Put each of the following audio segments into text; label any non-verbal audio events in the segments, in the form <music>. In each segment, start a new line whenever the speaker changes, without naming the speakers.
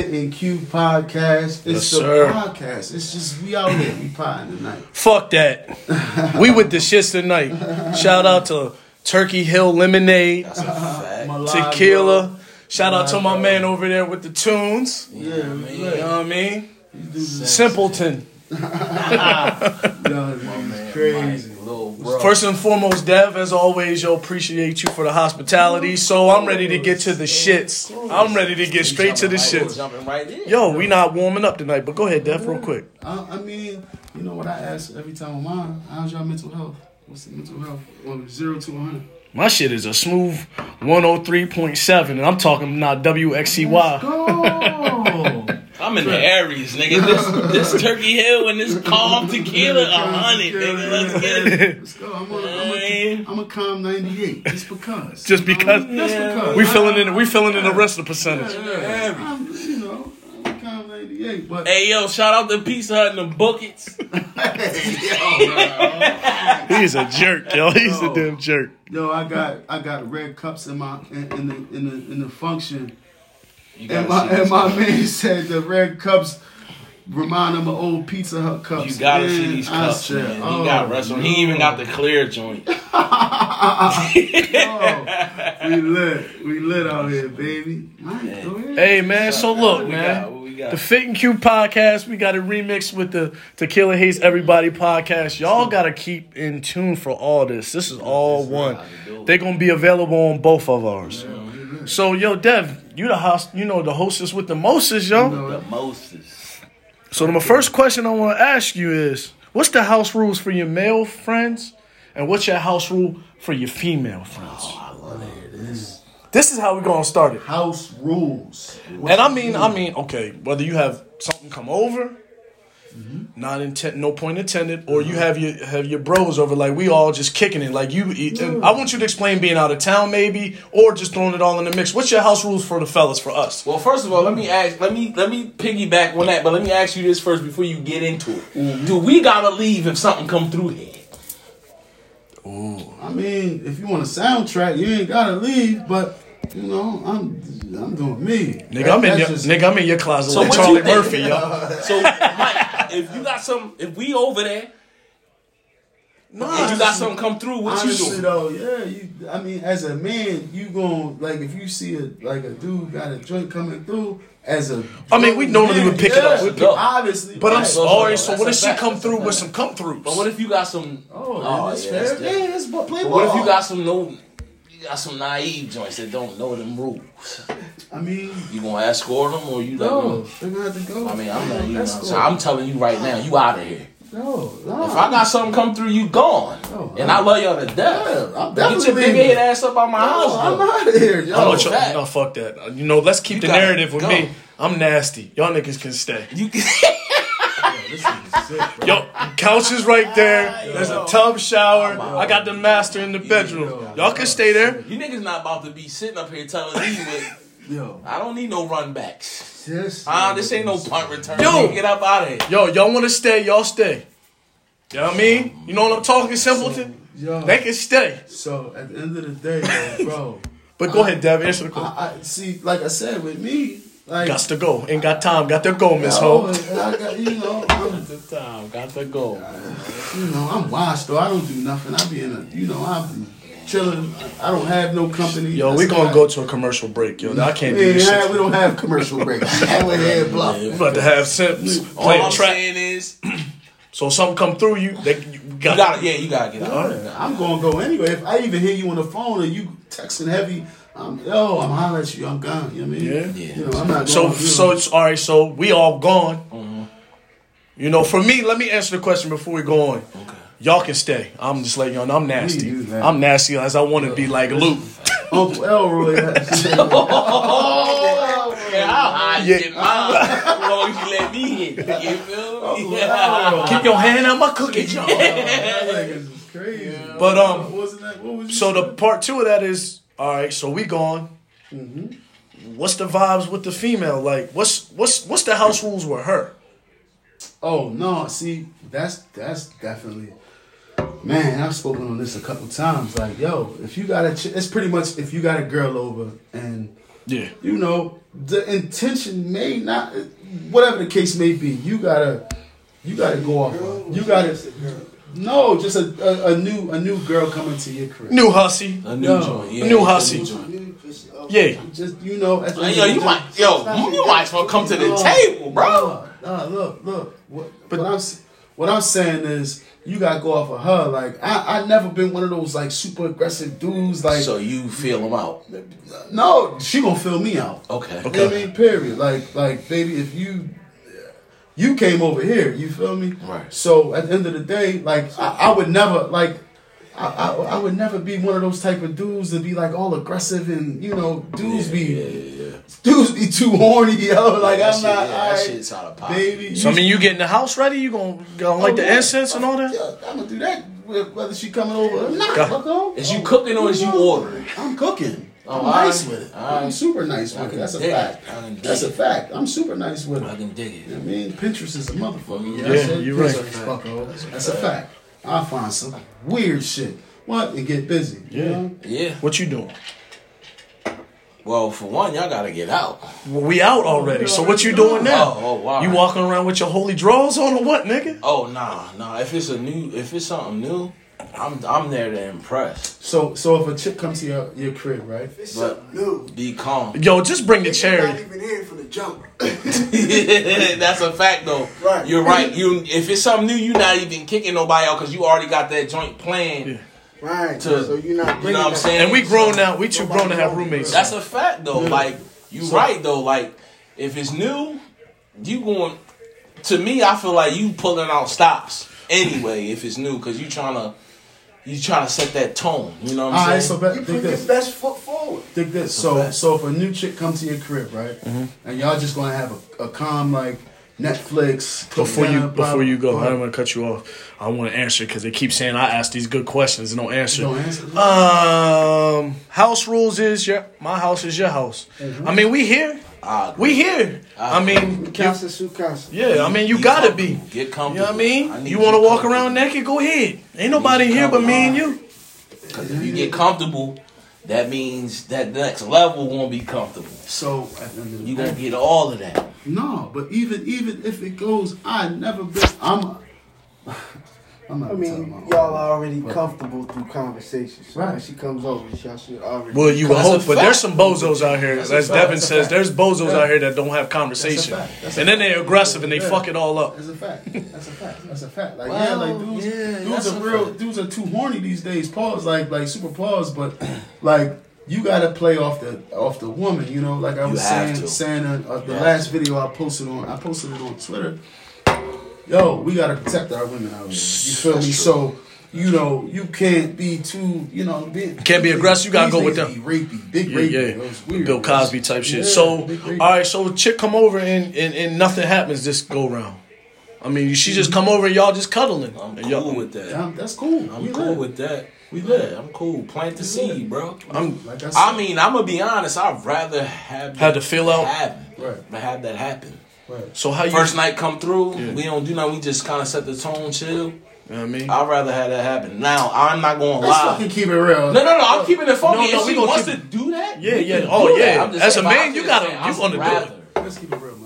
and Q podcast. It's
Yes,
a
sir.
podcast. It's just we out here, we potting tonight.
Fuck that. we with the shits tonight. Shout out to Turkey Hill Lemonade,
That's a fact.
Malala.
Tequila. Shout out to my man over there with the tunes. You
Yeah, we
know
lit.
what I mean? Simpleton.
Yo, this is crazy.
Little bro.
First and foremost, Dev, as always, yo, appreciate you for the hospitality. So I'm ready to get to the shits. I'm ready to get straight to the shits.
Jumping right in.
Yo, we not warming up tonight, but go ahead, Dev, real quick.
I, I mean, you know what I ask every time I'm on? How's your mental health? What's the mental health? Well, zero to 100.
My shit is a smooth 103.7, and I'm talking not E WXCY.
Go!
I'm in the Aries, nigga. This, <laughs> this Turkey Hill and this calm tequila, a hundred, nigga. Let's get it.
Let's go. I'm a, I'm a, I'm a calm 98. Just because.
Just
You know,
because.
Just because.
We filling in, we filling in the rest of the percentage.
I'm, you know, I'm a calm 98. But
Hey yo, shout out to Pizza Hut and the buckets.
He's a jerk, <laughs> yo. He's a damn jerk.
yo, I got I got red cups in my in, in the in the in the function.
You
And
gotta
my
see this.
and my man <laughs> said the red cups remind him of old Pizza Hut cups.
You gotta see
Man,
these
I
cups,
said,
man. He
oh,
got restaurant. He even got the clear joint.
no. We lit. We lit out here, baby. Mike, go ahead.
Hey man, so look,
What we got?
man.
What we got?
The Fit and Q podcast, we got a remix with the Tequila Hates Everybody podcast. Y'all gotta keep in tune for all this. This is all one. They're gonna be available on both of ours. So yo, Dev, you the host, you know the hostess with the mostest, yo.
The Moses.
So my first question I wanna ask you is, what's the house rules for your male friends, and what's your house rule for your female friends? This is how we gonna start it.
House rules.
And I mean, I mean, okay, whether you have something come over,
Mm-hmm.
not intent, no point intended, or you have your have your bros over, like we all just kicking it, like you. eat- And I want you to explain being out of town, maybe, or just throwing it all in the mix. What's your house rules for the fellas for us?
Well, first of all, let me ask. Let me let me piggyback on that, but let me ask you this first before you get into it. Do we gotta leave if something come through here?
I mean, if you want a soundtrack, you ain't gotta leave. But you know, I'm I'm doing me.
Nigga,
That-
I'm in
that's
your
just-
nigga, I'm in your closet
So
like
what you
Charlie
think?
Murphy,
<laughs>
yo.
So, Mike, if you got some, if we over there and you got something come through, what you
Honestly
doing?
though, yeah, you. I mean, as a man, you gon' like if you see a like a dude got a joint coming through. As a,
I mean, we normally would pick it up. We'd pick-
obviously. oh,
But I'm
right.
so-
sorry.
no,
So
that's
what
a
if she
fact,
come
that's a
through with
fact.
some come throughs?
But what if you got some?
Oh,
Oh,
that's
yeah,
fair.
that's different.
yeah, it's but play
But what if
ball.
you got some no? You got some naive joints that don't know them rules.
I mean,
You gonna escort them or you like?
no, they're gonna have to go.
I mean, I'm not.
That's
You know, what I'm
cool.
saying? I'm telling you right now, you out of here.
No, no.
If I got something come through, you gone.
Oh,
and I love y'all to death.
Yeah, I'm
Get your
definitely
big
leaving.
head ass up out my
No,
house.
I'm
though.
out of here, yo.
I
Oh,
don't tr-
fact.
no, fuck that. You know, let's keep the
gotta
narrative with
go.
me. I'm nasty. Y'all niggas can stay.
You can <laughs>
This is sick, bro.
Yo, couch is right there. There's a tub shower. I got the master in the bedroom. Y'all can stay there.
You niggas not about to be sitting up here telling me what.
Yo,
I don't need no run backs.
this.
Ah, this ain't no punt return.
Yo.
Yo, get up out of here.
Yo, y'all want to stay? Y'all stay. You know what I mean? You know what I'm talking, simpleton?
Yo.
They can stay.
So at the end of the day, yo, bro,
But go ahead, Dev. Answer the question.
I, I see. Like I said, with me, like
Got to go. Ain't got time. Got to go, Miss
yo,
Ho.
I got, you know, I'm,
The time got to go.
you know, I'm washed though. I don't do nothing. I be in a, you know, I be chilling. I don't have no company.
Yo, we gonna go to a commercial break, yo. I can't do
Yeah,
this
yeah, we
shit.
don't have commercial
<laughs>
breaks. That way, head bluff.
We about to have simps
All
playing
I'm
trap.
saying is, you
So if something come through you, they you got.
gotta, yeah, you gotta get out.
I'm gonna go anyway. If I even hear you on the phone and you texting heavy, I'm yo, I'm hollering at you. I'm gone. You know what I mean?
Yeah.
You know, I'm not
So
going, you
so
know.
it's all right. So we all gone. You know, for me, let me answer the question before we go on. Y'all can stay. I'm just letting y'all know I'm nasty.
you nasty.
I'm nasty as I want to be like Luke.
Uncle Elroy.
<laughs>
Oh,
Yeah, I'll hide
Yeah.
it in mine as long as you let me hit it. You feel me?
wow.
Keep your hand out my cookie jar.
That nigga's is crazy.
But
What
um,
was that? What was you
so the part two of that is all right. So we gone. What's the vibes with the female? Like, what's what's what's the house rules with her?
Oh no, see, that's that's definitely man, I've spoken on this a couple times. Like, yo, if you got a ch- it's pretty much if you got a girl over and
Yeah.
you know, the intention may not, whatever the case may be, you gotta, you gotta go off. on. You gotta, no, just a, a, a new a new girl coming to your crib.
New hussy.
A new
No.
joint. Yeah,
New
it's a
hussy.
joint.
Yeah.
Just you know, at the
Hey,
end
Yo,
of the
you
day-
might, yo, you might as well come to the
Nah,
table, bro.
Nah, nah, look, look. What, what I'm s- what I'm saying is you gotta go off of her. Like I I never been one of those like super aggressive dudes. Like
So you feel him out.
no, she gonna fill me out.
Okay.
You know what I mean, period. Like, like, baby, if you you came over here, you feel me?
Right.
So at the end of the day, like, I, I would never like. I, I, I would never be one of those type of dudes to be like all aggressive and you know dudes be dudes be too horny yo like
That
I'm
shit-
not
yeah, that
all right,
shit's out of pocket.
baby
So I
you-
mean, you getting the house ready? You gonna, gonna like the
Oh, yeah.
incense and all that?
yeah, I'm gonna do that wh- whether she coming over or not
God.
fucko.
Is you cooking or is you
know,
ordering? Oh,
I'm cooking I'm
all right.
nice with it
All
I'm
right.
super nice
I
with it
can
that's a
dig it.
fact
I can dig
that's a
it.
fact I'm super nice with it
I can dig
I
it.
mean, Pinterest is a motherfucker.
Yeah,
I said
you're
Pinterest,
right.
Fucko. That's a fact. I find some weird shit. What and get busy. You
Yeah.
know?
Yeah.
What you doing?
Well, for one, y'all gotta get out.
Well, we out already. So what you doing now?
Oh, oh, wow.
You walking around with your holy drawers on or what, nigga?
Oh nah, nah. If it's a new, if it's something new, I'm I'm there to impress.
So, so if a chick comes to your, your crib, right?
But-
But no,
Be calm.
Yo, just bring the
not
cherry.
even here for
<laughs>
the jump.
<laughs> That's a fact though.
Right.
You're right. You if it's something new, you're not even kicking nobody out because you already got that joint plan.
Yeah.
Right.
To-
so you're not.
You know what I'm saying?
And we grown now. We too grown to have roommates.
That's a fact though. Like you right though. Like if it's new, you going to me. I feel like you pulling out stops anyway if it's new because you trying to you trying to set that tone. You know what
All
I'm
right. So
saying?
bet,
You
think
put your
this.
best foot forward.
Think this. So, so if a new chick comes to your crib, right?
Mm-hmm.
And y'all just gonna have a, a calm like Netflix cool
Before
down,
you
blah,
before you go,
blah,
I don't want to cut you off. I want to answer because they keep saying I ask these good questions and don't answer.
Don't answer.
Um, house rules is your my house is your house. I mean, we here.
I agree.
We here. I mean,
Casa su casa.
yeah. I mean, you
Be
gotta
comfortable.
be.
Get
You
comfortable.
know what I mean?
need
you want to
be
walk
comfortable.
around naked? Go ahead. Ain't nobody
you
here but me and
comfortable.
you.
Because if you get comfortable, that means that next level won't be comfortable.
So at the end of the
You
day,
gonna get all of that.
no. But even even if it goes, I never been. I'm. <laughs> I'm not
I mean,
telling my
y'all are already comfortable through conversation. So when
Right.
she comes over, y'all should already.
Well, you would
That's a
hope, but
fact.
there's some bozos out here.
a
as
fact.
Devin
That's a
says,
fact.
there's bozos
Yeah.
out here that don't have conversation,
fact. That's a
and then they're aggressive and they
Yeah.
fuck it all up.
That's a fact. That's a fact. That's a fact. Like
Well,
yeah, like dudes,
yeah,
dudes
that's
are
a
real.
fact.
Dudes are too horny these days. Pause. Like like super pause. But like you gotta play off the off the woman. You know, like I was
have
saying
to.
saying uh, uh, the
have
last video I posted on I posted it on Twitter. Yo, we gotta protect our women out here. You feel me? So. You know, you can't be too. You know, be,
Can't be aggressive, you gotta
these
go with
niggas
them.
Be rapey, big
Yeah,
rapey.
yeah.
yo, it's
The
weird,
Bill
yo.
Cosby type shit.
Yeah,
so,
big
all
rapey.
right, so chick come over and, and, and nothing happens this go round. I mean, she just come over and y'all just cuddling.
I'm
And
cool
y'all-
with that.
Yeah, that's cool.
I'm
We
cool
lit.
with that.
We
We
lit.
lit. I'm cool. Plant the seed, bro.
I'm
Like I, said,
I mean, I'm gonna be honest. I'd rather have
Had
that
to feel out.
happen,
Right.
but have that happen.
right.
so how you?
First night come through.
Yeah.
We don't do nothing. We just kind of set the tone, chill.
you know what I mean,
I'd rather have that happen. Now I'm not gonna
Let's
lie.
fucking keep it real.
No, no, no. I'm keeping it
No,
funky.
no,
if
we
she
gonna
wants
keep-
to do that,
Yeah,
we
yeah.
can
Oh,
do
yeah.
that. I'm just
As a
saying, but I'm
man, you
just
gotta-
saying,
you
I'd
wanna do it.
rather.
Let's keep it real, money.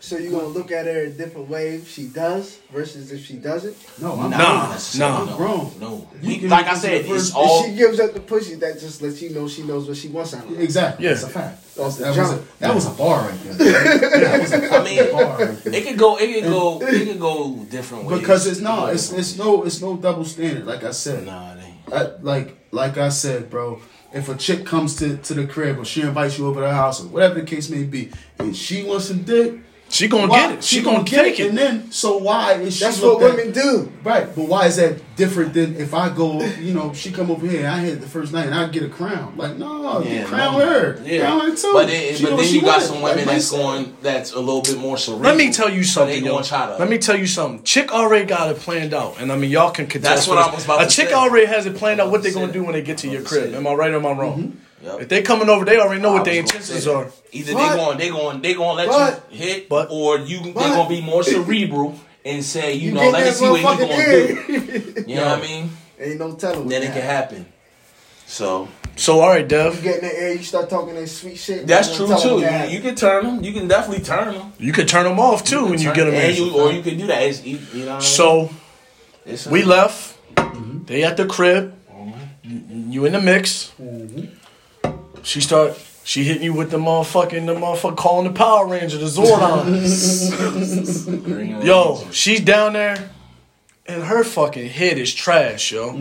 So you gonna look at her a different way if she does versus if she doesn't.
No, I'm
Nah.
not.
nah.
I'm grown.
No.
You
We-
can
like I
listen
said,
to the
it's
first-
all.
If she gives up the pussy, that just lets you know she knows what she wants out of life.
Exactly.
Yeah.
That's a fact.
That's the
that, was a,
jump.
that was a bar right there. that was a
I
fucking
mean,
bar right there.
<laughs> it could go. It could go. It could go different ways.
Because it's no, it's it's no, it's no double standard. Like I said,
Nah, it ain't.
I, like like I said, bro. If a chick comes to, to the crib or she invites you over to the house or whatever the case may be, and she wants some dick,
she gonna
why-
get it. She, gonna, take it.
And then, so why is she?
That's what
looked at-
women do.
Right, but why is that different than if I go, you know, she come over here, I had the first night, and I get a crown? Like, no, you crown
no.
her.
Yeah.
Crown her too.
But then,
She know
but
what
then
she
you got
wanted.
some women
Like,
that's
listen.
going that's a little bit more cerebral.
Let me tell you something,
They
yo.
gonna try to-
Let me tell you something. Chick already got it planned out, and I mean, y'all can contest.
That's what
with
I was
this.
about
A
to
chick
say.
already has it planned out what
to
they're
say
gonna
that.
do when they get to
I was
your
about to
crib.
say
Am I right or am I wrong?
Yep.
If they coming over, they already know
I
what
was
their
gonna
intentions
say,
are.
Either
But-
they going they going they gonna let
but-
you hit,
but-
or you they
but-
gonna be
<laughs>
more cerebral and say, you,
You
know,
get
let me
that
see what he gonna
<laughs>
motherfucking
do. You know what I mean?
Ain't no telling.
Then it can happen. So
So all right,
You
Dev,
get in the air, you start talking that sweet shit.
That's
you
true
tell them
too.
that.
You, you can turn them. You can definitely turn them.
you could turn them off too when you get them
and
in.
you, or you Mm-hmm. can do that. It's, you you know. What I mean?
So
It's-
we left.
Mm-hmm.
They at the crib. You in the mix.
Mm-hmm.
She start. She hitting you with the motherfucking the motherfucker calling the Power Ranger the Zordon.
Green
yo,
lights.
she's down there, and her fucking head is trash, yo.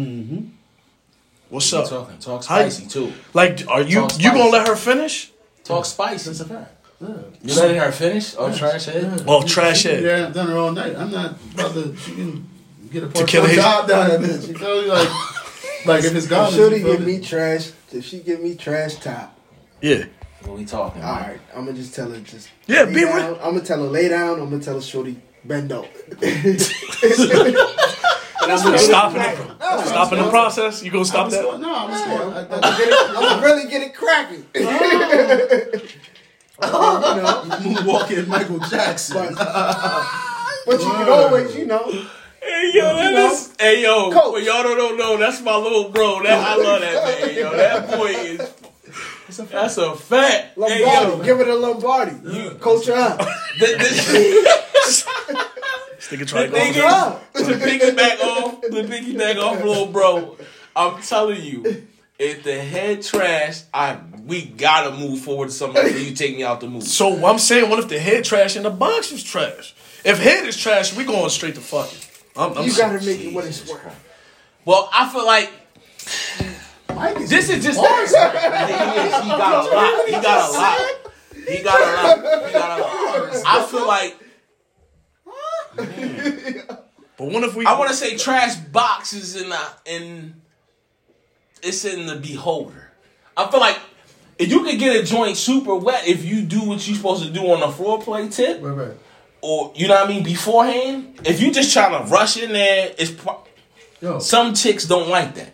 What's
Keep
up?
talking. Mm-hmm. Talk
How you-
spicy too.
Like, are you
Talk
you gonna
spicy.
let her finish?
Talk spicy. That's a fact.
Yeah.
You letting her finish? Oh, trash head.
Well,
She-
trash
she be
it.
there at dinner all night. I'm not about to. She can get a part
kill
time
his-
job down at bitch. You feel me? Like, like if it's gone,
Should he give me trash? If she give me trash top,
Yeah.
What we talking?
all
man?
right, I'm gonna just tell her just
Yeah,
lay
be
down.
real.
I'm gonna tell her lay down. I'm gonna tell her shorty bend over. And I'm gonna
Stop
get
it.
it crack- No,
Stopping the process. You gonna stop that?
No, I'm just going. I-
I'm gonna get it- I'm gonna really get it cracking. you know,
I- Moonwalking Michael Jackson.
but, but you can always, you know,
Hey yo, that
know?
is. Hey yo,
Coach.
well, y'all don't know. That's my little bro. That I love that man. <laughs> Yo, that boy is. That's a fact. Hey
Lombardi,
yo,
give it a Lombardi. You coach uh, her up.
<laughs>
the, the,
This nigga trying to
thing
go.
is, to piggyback off, to piggyback off, little bro. I'm telling you, if the head trash, I we gotta move forward to something. else. You take me out the movie.
So I'm saying, what if the head trash and the box is trash? If head is trash, we going straight to fucking. I'm, I'm
You gotta make it what
Jesus
it's worth.
Well, I feel like
Mike is
This is just bars. he, got a lot. He got a lot. He got a lot. He got a lot. I feel like
But what if we?
I want to say trash boxes in the in. It's in the beholder. I feel like if you could get a joint super wet if you do what you're supposed to do on the foreplay tip,
Right, right.
or you know what I mean beforehand. If you just trying to rush in there, it's pro-
Yo,
some chicks don't like that.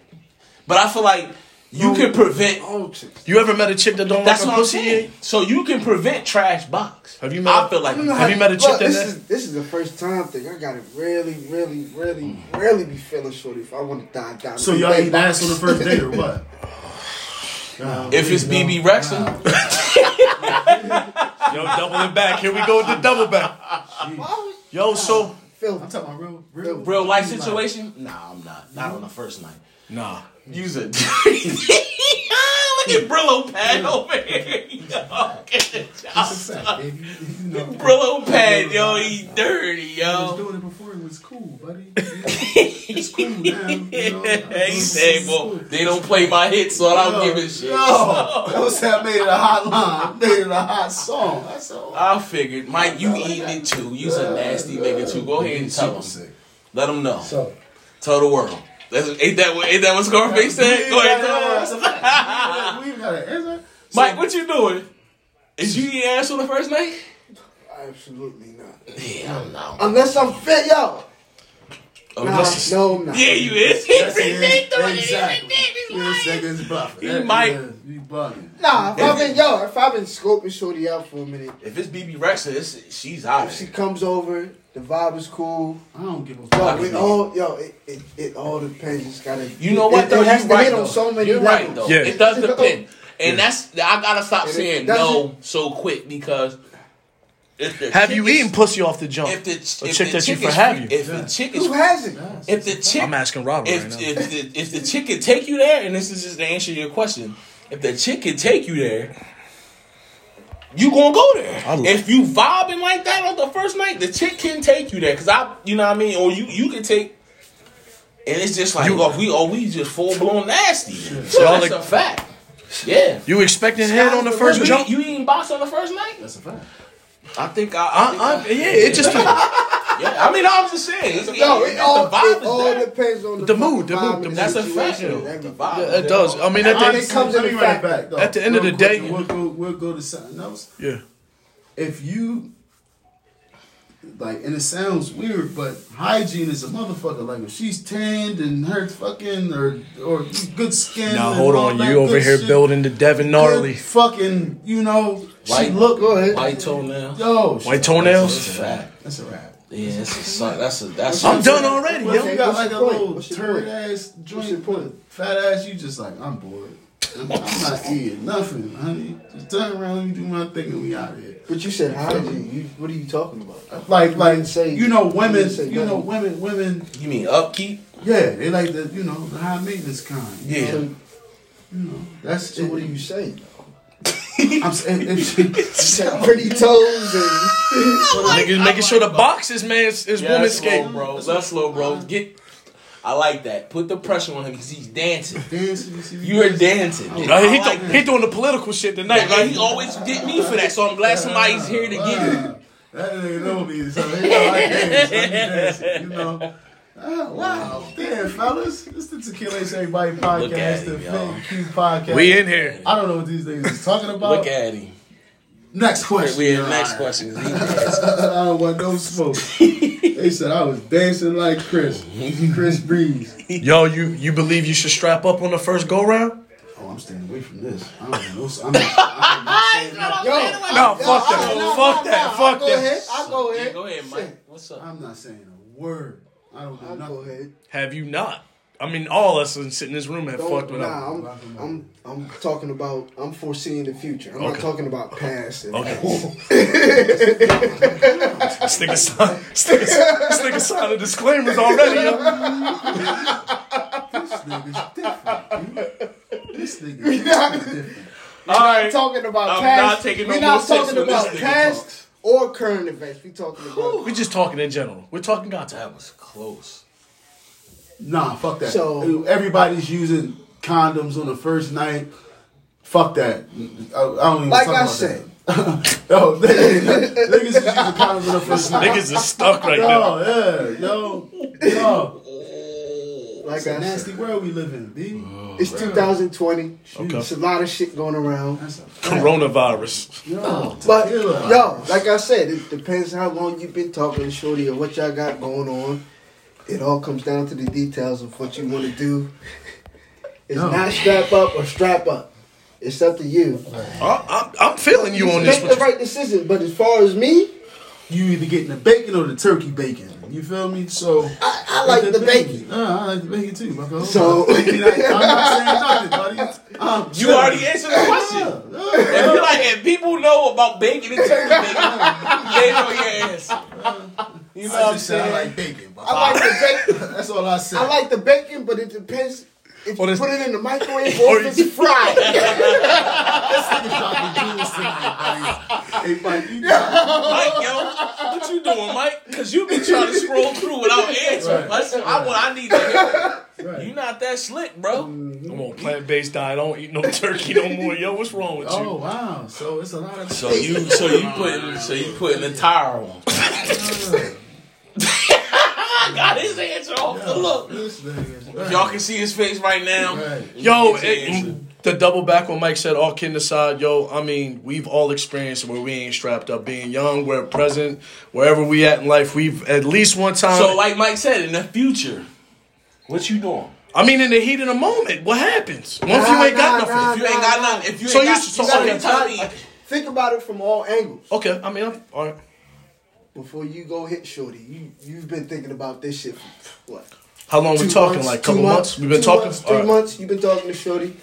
But I feel like you can prevent
Oh, chicks.
You ever met a chick that don't
That's
like
what
her
I'm
pussy?
saying. So you can prevent trash box.
Have you met-
I feel like
Have you met a chick
Look,
that-
this is this is the first time thing. I gotta really, really, really, really be feeling shorty if I want to die. die
so y'all ain't ass on the first date or what? Nah,
if it's BB Rexon,
Yo, double it back. Here we go with the double back. Yo,
<laughs>
so
I'm
Phil,
talking about real, real,
real life situation. Nah, I'm not. Not on the first night.
nah.
Use it. <laughs> Look at Brillo pad over here. Yo, get the
It's
job.
a fact, baby. You know,
Brillo pad, yo, he dirty,
I was
yo.
doing it before it was cool, buddy. it's cool now. You know?
He said, "Well, they don't play my hits, so I don't give a shit."
No, that was how I made it a hot line. Made it a hot song. That's all.
I figured, Mike, you eating it too. You's a nasty nigga too. Go ahead and tell them. Let them know.
So,
Tell the world. That's, ain't that what ain't that what Scarface said? Go ahead, tell the world.
That's a fact. We even got an answer.
Mike, what you doing? Is you eating ass on the first night?
absolutely not.
Yeah, I'm not.
Unless I'm fit, yo. Nah,
Unless-
no, I'm not.
Oh, Yeah, you
<laughs>
is.
That's it. Exactly. This
Exactly.
nigga's bluffing.
He
That
might-
nigga, He bugging.
Nah, if I've been yo, if I've been scoping shorty out for a minute,
If it's BB Rexa, it's, she's out.
if she comes over, the vibe is cool.
I don't give a
Yo,
fuck.
it all yo, it, it, it all depends. It's gotta.
You know what?
It,
though?
it has
you
to
right,
hit
though.
on so many
You're
levels.
right though.
Yeah.
It does depend, and that's I gotta stop
It
saying
doesn't-
no so quick because if the
Have
chick
you
is-
eaten pussy off the jump?
If the
a
if
chick
the
that you
chick
for
is-
have you?
If the chick is
Who hasn't?
if the chick
I'm asking Robert right now.
if, if, the, if the chick can take you there, and this is just to answer your question, if the chick can take you there, you gonna go there.
I like-
if you vibing like that on the first night, the chick can take you there. Cause I, you know what I mean, or you you can take. And it's just like
You-
oh, we oh we just full blown nasty. So
Y'all like-
that's a fact. Yeah.
you expecting head on the first
you,
jump?
You eating box on the first night?
That's a fact.
I think I. I, think
I, I, yeah, it just the,
I- yeah, I mean, I'm just saying. It's,
No, it
if
all,
the vibe
it
is
all
there,
depends on the,
The mood, the mood,
fucking vibe
the
and
mood.
that's a fact.
situation
though.
and
The
everything.
vibe
<laughs>
is
it
there.
does. I mean, at
Honestly,
the,
it comes
let
in
me
the
run it
fact.
back, though.
At the end of
Real
the
quick,
day-
and we'll go, we'll go to something else.
yeah.
if you like and it sounds weird but hygiene is a motherfucker like if she's tanned and her fucking or or good skin
Now
and
hold
all
on,
that
you over
good
here
shit,
building the Devin
good
gnarly
fucking you know she
White-
look
Go ahead.
White toenail.
yo she-
white toenails.
Fact.
that's a wrap
Yeah, that's a son. That's a that's.
I'm
a,
done already,
what if
yo.
you got
What's
like
your
a
point?
little
What's your
turd
point?
ass
What's your
joint
point?
fat ass you just like I'm bored I'm, I'm not eating nothing, honey. Just turn around, let me do my thing, and we out of here.
But you said hygiene. You, what are you talking about?
Like, like,
didn't say-
you know,
you
women,
didn't say
you know, women,
nothing.
women.
You mean upkeep?
Yeah, they like the, you know, the high maintenance kind. you
Yeah.
know? That's
So what are
<laughs>
you saying?
I'm saying. If, if,
You got pretty toes and
Niggas making sure the box is man is, is
Yeah,
woman
that's
skate.
low, bro. That's low, bro. Get. I like that. Put the pressure on him because he's dancing.
dancing, you see,
You are
<laughs>
dancing.
Uh, he,
I like
th-
that.
he doing the political shit tonight,
Like, he
right?
always get me for that, so I'm glad somebody's here to get it.
Wow. <laughs> That nigga know me. So he know I dance. I be dancing, you know. Ah, wow. Damn, fellas. This the Tequila Ace Everybody
Look
podcast,
at
the
him, y'all.
Fake Q podcast.
We in here.
I don't know what these niggas is talking about.
Look at him.
next question.
We have next
<laughs>
question. <laughs>
I don't want no smoke. they said I was dancing like Chris. Chris Breeze.
<laughs>
Yo, you you believe you should strap up on the first go round?
Oh, I'm staying away from this. I don't know. I'm, I'm not saying nothing.
No, fuck that. fuck that. fuck
go
that.
ahead. I'll go ahead.
Go ahead, Mike. What's up?
I'm not saying a word. I don't know
I'll
nothing.
go ahead.
Have you not? I mean, all us in sitting in this room have fucked
Don't,
with
nah,
up.
I'm, I'm, I'm talking about, I'm foreseeing the future. I'm not
Okay.
talking about past.
<laughs>
and- <laughs>
Okay. stick a sign, stick a, stick a sign of disclaimers already. yo.
This nigga's different. dude. This nigga's
<laughs>
different.
All
We're talking about
I'm
past.
not taking no
We're
more
not
sips
talking
when this
about
nigga
past or current events. We're talking about.
We're just talking in general. We're talking God
That was close.
Nah, fuck that.
So-
everybody's using condoms on the first night. Fuck that. I, I don't even
Like
talk
I
about
said.
That. <laughs> Yo, niggas is using condoms on the first night.
Niggas is stuck right now.
Yo, yeah, yo, yo.
Like
It's a
I said,
nasty world we live in, B.
it's 2020.
Okay.
It's a lot of shit going around.
That's a fact.
Coronavirus.
Yo,
But
tequila.
yo, like I said, it depends how long you've been talking to Shorty or what y'all got going on. It all comes down to the details of what you want to do. It's
No.
not strap up or strap up. It's up to you.
I, I, I'm feeling you on this
Make the
one.
right decision. But as far as me,
you either getting the bacon or the turkey bacon. You feel me? So
I, I like the bacon.
Uh, I like the bacon too. My brother.
So-
I'm not saying nothing, buddy. I'm
<laughs> You
chilling.
already answered the <laughs> question.
Yeah, yeah.
If you like, if people know about bacon and turkey <laughs> bacon, they know your answer. You know what
I
I'm
just said I
saying?
like bacon. But
I like
Ah.
the bacon.
that's all I said.
I
<laughs>
like the bacon, but it depends if
Or
you
this-
put it in the microwave or
Or
if
you-
it's
<laughs>
fried.
the chocolate juice tonight, buddy. Hey, buddy, you got
Mike, yo, what you doing, Mike? Because you been trying to scroll through without answering.
Right.
Listen, I want, I need to hear.
it.
You not that slick, bro.
I'm on plant based diet. I don't eat no <laughs> turkey no more. Yo, what's wrong with
Oh
you?
wow! So it's a lot of.
So you, so you putting, so you putting the tire on. I got his answer off the look.
This nigga.
Y'all can see his face right now.
Right.
Yo,
His
it-
answer.
the double back when Mike said all kidding aside, yo, I mean, we've all experienced where we ain't strapped up. Being young, we're present, wherever we at in life, we've at least one time.
So, like Mike said, in the future, what you doing?
I mean, in the heat of the moment, what happens? Once you
Nah,
ain't got nothing.
nah, nah.
If you ain't got nothing, if you
So
ain't
you-
got,
so-
so
okay.
you tell me,
Think about it from all angles.
Okay, I mean, I'm all right.
Before you go hit Shorty, you, you've been thinking about this shit for what?
How long we
Two
talking?
months,
like a
two
couple months? We've been
two
talking.
months,
All
three
right.
months. You've been talking to Shorty.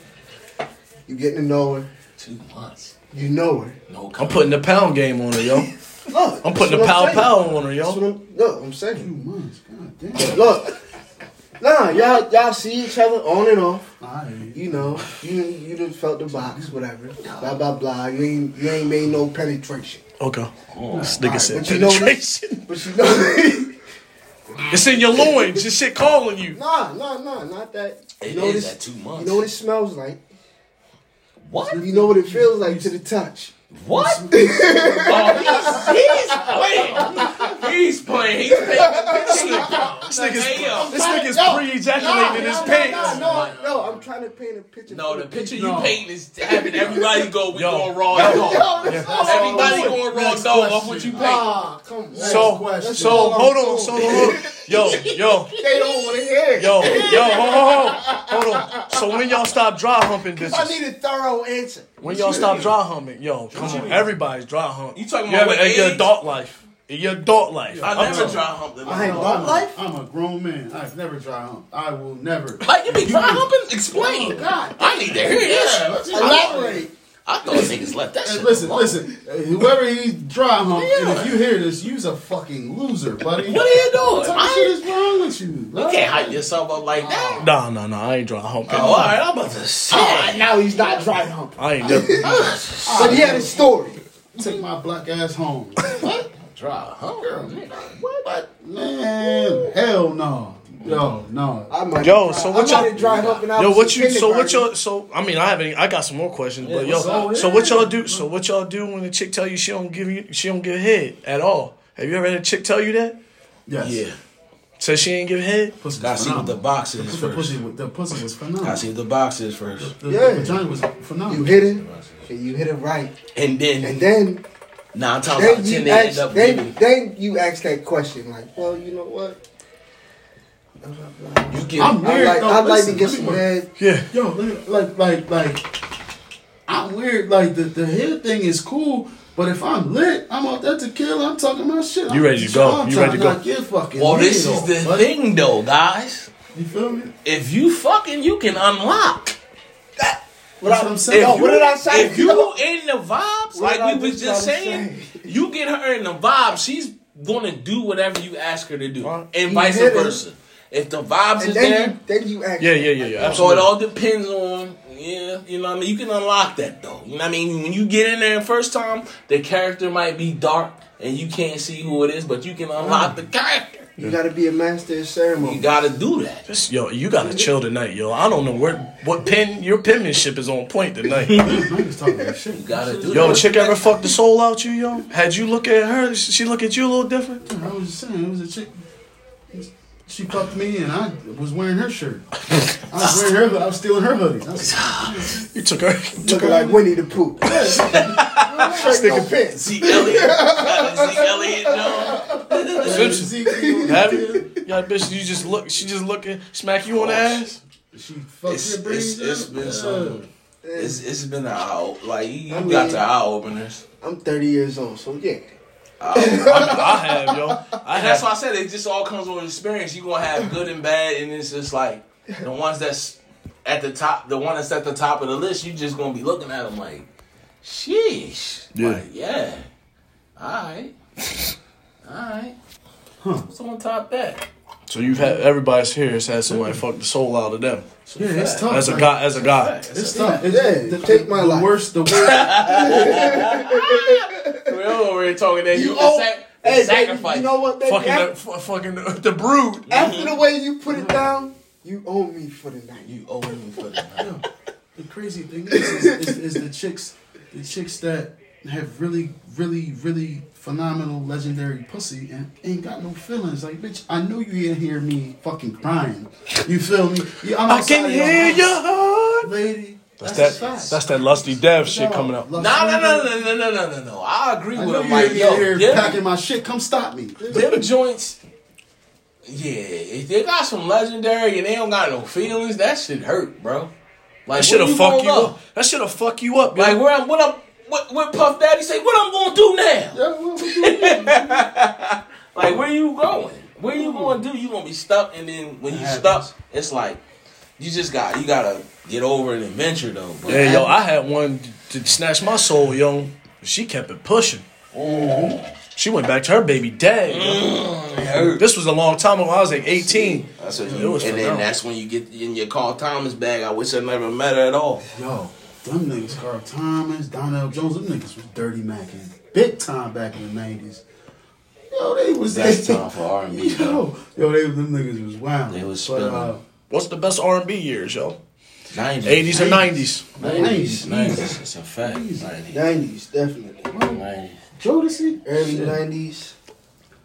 You getting to know her.
two months,
You know her.
no.
I'm putting the pound game on her, yo.
Look,
I'm putting the
the
pow pow on her,
That's
yo.
what I'm, look, I'm
Two
saying.
months. God damn.
Look, nah, y'all y'all see each other on and off.
Alright.
you know, you you just felt the box, whatever. Blah blah blah. You ain't you ain't made no penetration.
Okay. This
All
nigga
right,
said
but you know-
penetration.
But you know <laughs>
it's in your loins. This shit calling you.
Nah, nah, nah, not that. You
It
know
is
this-
at two months.
You know what it smells like?
What?
You know what it feels like to the touch.
What? <laughs> oh, he's, he's playing. He's playing. He's playing.
This nigga's,
Hey, yo.
this nigga's pre ejaculating his
No,
pants.
no, no, I'm trying to paint a picture.
No,
<laughs>
the
for
picture you
No.
painting is having everybody go, we
Yo.
going raw
Yo,
dog.
that's all I'm
Everybody
doing.
going raw
Next
dog off
question.
what you paint.
Oh, Nah, come on.
So,
question.
so hold on, so hold on. Yo, yo,
they don't want to hear it.
yo, yo, hold on, hold on. So when y'all stop dry humping bitches?
I need a thorough answer.
When y'all stop dry humping, yo, come on, everybody's dry hump.
You talking
have
about
it
what
in your
age?
adult life? in your adult life.
I
I'm
never
t-
dry humped in
I
my
ain't
whole
lying.
life.
I'm a grown man. I've never dry humped. I will never.
Like you Oh, be dry humping? Explain.
God.
I need to hear
Yeah,
this.
let's elaborate.
I thought niggas left that
Hey,
shit.
listen,
alone.
listen. Uh, Whoever he dry hump, and if you hear this, you's a fucking loser, buddy.
What are you
What
doing?
type of
I-
shit is wrong with you?
you can't hype yourself up like that.
Nah, nah, nah. I ain't dry humping.
Oh, all right, I'm about to say.
Alright, Oh, now he's not dry humping.
I ain't never.
But he had a story.
Take my black ass
<laughs>
home.
Dry hump, girl, nigga. What?
Man, hell no. Yo, no.
I might
Yo,
have
so
dry-
what
I might
y'all-
have dried up and I
Yo,
was
what you?
in
So what
kindergarten.
y'all? So I mean, I have any. I got some more questions, but
what's
yo,
up?
so what y'all do? So what y'all do when a chick tell you she don't give you she don't give head at all? Have you ever had a chick tell you that?
Yes.
Yeah.
Says she ain't give head.
Pussy
Gotta see what the box is
The
first.
pussy, was- the pussy was
Gotta
phenomenal.
see what the box is first.
The,
Yeah.
the vagina was
You
phenomenal.
hit it, and you hit it right,
And
and
then
then
nine times out
then
of
you
ten they end
ask
up
then,
giving.
then you ask that question like, well, you know what?
You
I'm
give.
I
weird.
like
though.
I like to
Listen,
get
let me
some
work.
head.
Yeah.
Yo, like, like, like, like, I'm weird. Like the the head thing is cool, but if I'm lit, I'm out there to kill. I'm talking my shit. I'm
You ready to go.
I'm
You
trying
ready to go.
knock your fucking
Well, this
head
is
off,
the
buddy.
thing though, guys.
You feel me?
If you fucking, you can unlock.
That's what I'm saying.
If
Yo,
you,
what did I say?
If you in the vibes,
What did I
like we was just
just try to
saying, you get her in the vibes, she's gonna do whatever you ask her to do,
Right.
and
You
vice
hit it.
versa. If the vibes
And
is
then
there,
you, then you ask.
Yeah, yeah, yeah, yeah.
so it
Absolutely.
all depends on yeah, you know what I mean. You can unlock that though. You know what I mean. When you get in there the first time, the character might be dark and you can't see who it is, but you can unlock the character.
You gotta be a master of ceremony.
You gotta do that.
This- yo, you gotta chill tonight, yo. I don't know where what pen your penmanship is on point tonight.
<laughs>
Niggas talking that shit.
You gotta do
yo,
that.
chick ever fucked the soul out you, yo? Had you look at her? She look at you a little different. <laughs>
I was just saying, it was a chick. She fucked me, and I was wearing her shirt. I was wearing her. hood- I was stealing her hoodie. I
<laughs>
was-
You took her. Took
Looking
her.
like Winnie the Pooh. Straight no pants.
Zeke Elliott, Zeke Elliott, Jones.
Zeke, you know,
Have you? Y'all bitch, you just look. She just looking. Smack you on the ass.
She fucked
It's-
your brains.
it's- it's
out?
been
Yeah.
some- It's, it's been an hour. Like you, you
I mean-
got the eye openers.
I'm 30 years old, so yeah.
Eye
I, I have, yo. I
And
have.
that's why I said it just all comes with experience. You're gonna have good and bad, and it's just like the ones that's at the top, the one that's at the top of the list, you just gonna be looking at them like, sheesh.
Yeah.
Like, yeah. Alright. Alright. What's on top of that?
So you've had everybody's here has had somebody fuck the soul out of them.
Yeah, it's tough.
As a
like,
guy, as a guy.
It's tough. It's,
Yeah,
the,
take my
the
life.
worst. The worst.
We're over here talking that you,
owe-
the sac- the
Hey,
sacrifice.
Baby, you know what, baby?
Fucking the,
After,
fu- fucking the, the brood.
after
Mm-hmm.
the way you put it down, you owe me for the night.
you owe me for that.
Yo, <coughs> the crazy thing is, is, is, is the chicks, the chicks that have really, really, really phenomenal, legendary pussy and ain't got no feelings. Like, bitch, I know you didn't hear me fucking crying. You feel me? Yeah, I'm
I
outside
can
your
hear
house,
your heart.
lady. That's,
That's
a fact.
that. That's that lusty dev shit
No,
coming out.
lust-
No, no, no, no, no, no, no, no, no. I agree
I
with
know
him.
you
Like,
didn't
yo,
hear me
yeah,
packing my shit. Come stop me.
them joints, yeah, if they got some legendary and they don't got no feelings, that shit hurt, bro. Like
That shoulda
what
fucked
gonna
you
love?
up. That shoulda fuck you up, yo.
Like where I'm, what I'm, what, what Puff Daddy say? What I'm gonna do now?
Yeah, well, we do.
<laughs> Like where you going? Where you going to do? You gonna be stuck, and then when you
That
stuck,
happens.
it's like you just got you gotta get over an adventure though. Bro.
Yeah, yo. I had one to snatch my soul, yo. She kept it pushing. She went back to her baby dad. yo.
It hurt.
This was a long time ago. I was like 18.
That's what
It
you,
was
and
phenomenal.
then that's when you get in your Carl Thomas bag. I wish I never met her at all.
Yo, them niggas, Carl Thomas, Donnell Jones, them niggas was dirty macking. Big time back in the 90s. Yo, they was <laughs>
Best time for R&B,
Yo, yo, they, them niggas was wild.
They was
But, uh,
What's the best R&B years, yo?
90s.
80s or 90s?
90s.
90s. 90s. It's a fact. 90s.
90s, definitely.
90s.
Jodeci?
Early
Shit.
90s.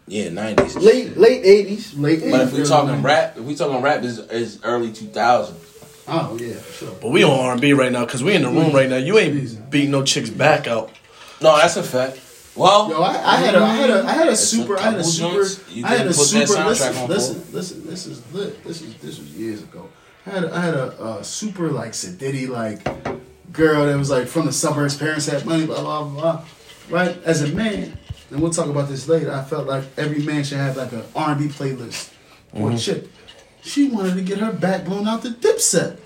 Yeah, 90s.
Late late 80s.
Late
But if
80s,
we
early
talking
90s.
rap, if we talking rap, is is early 2000.
Oh, yeah, for sure.
But we on R&B right now because we in the room right now. You ain't beating no chick's back out.
No, that's a fact. Well,
Yo, I, I had a, I had a, I had a
a
super, I had a
couple
super,
joints you
I had a
didn't put
super.
that
Listen,
soundtrack
listen,
on
listen, This is lit. This is this was years ago. I had, a, I had a, uh super like sedity like girl that was like from the suburbs. Parents had money, blah blah blah. Right, as a man, and we'll talk about this later. I felt like every man should have like an R and B playlist.
Mm-hmm.
Or chick, she wanted to get her back blown out the Dipset.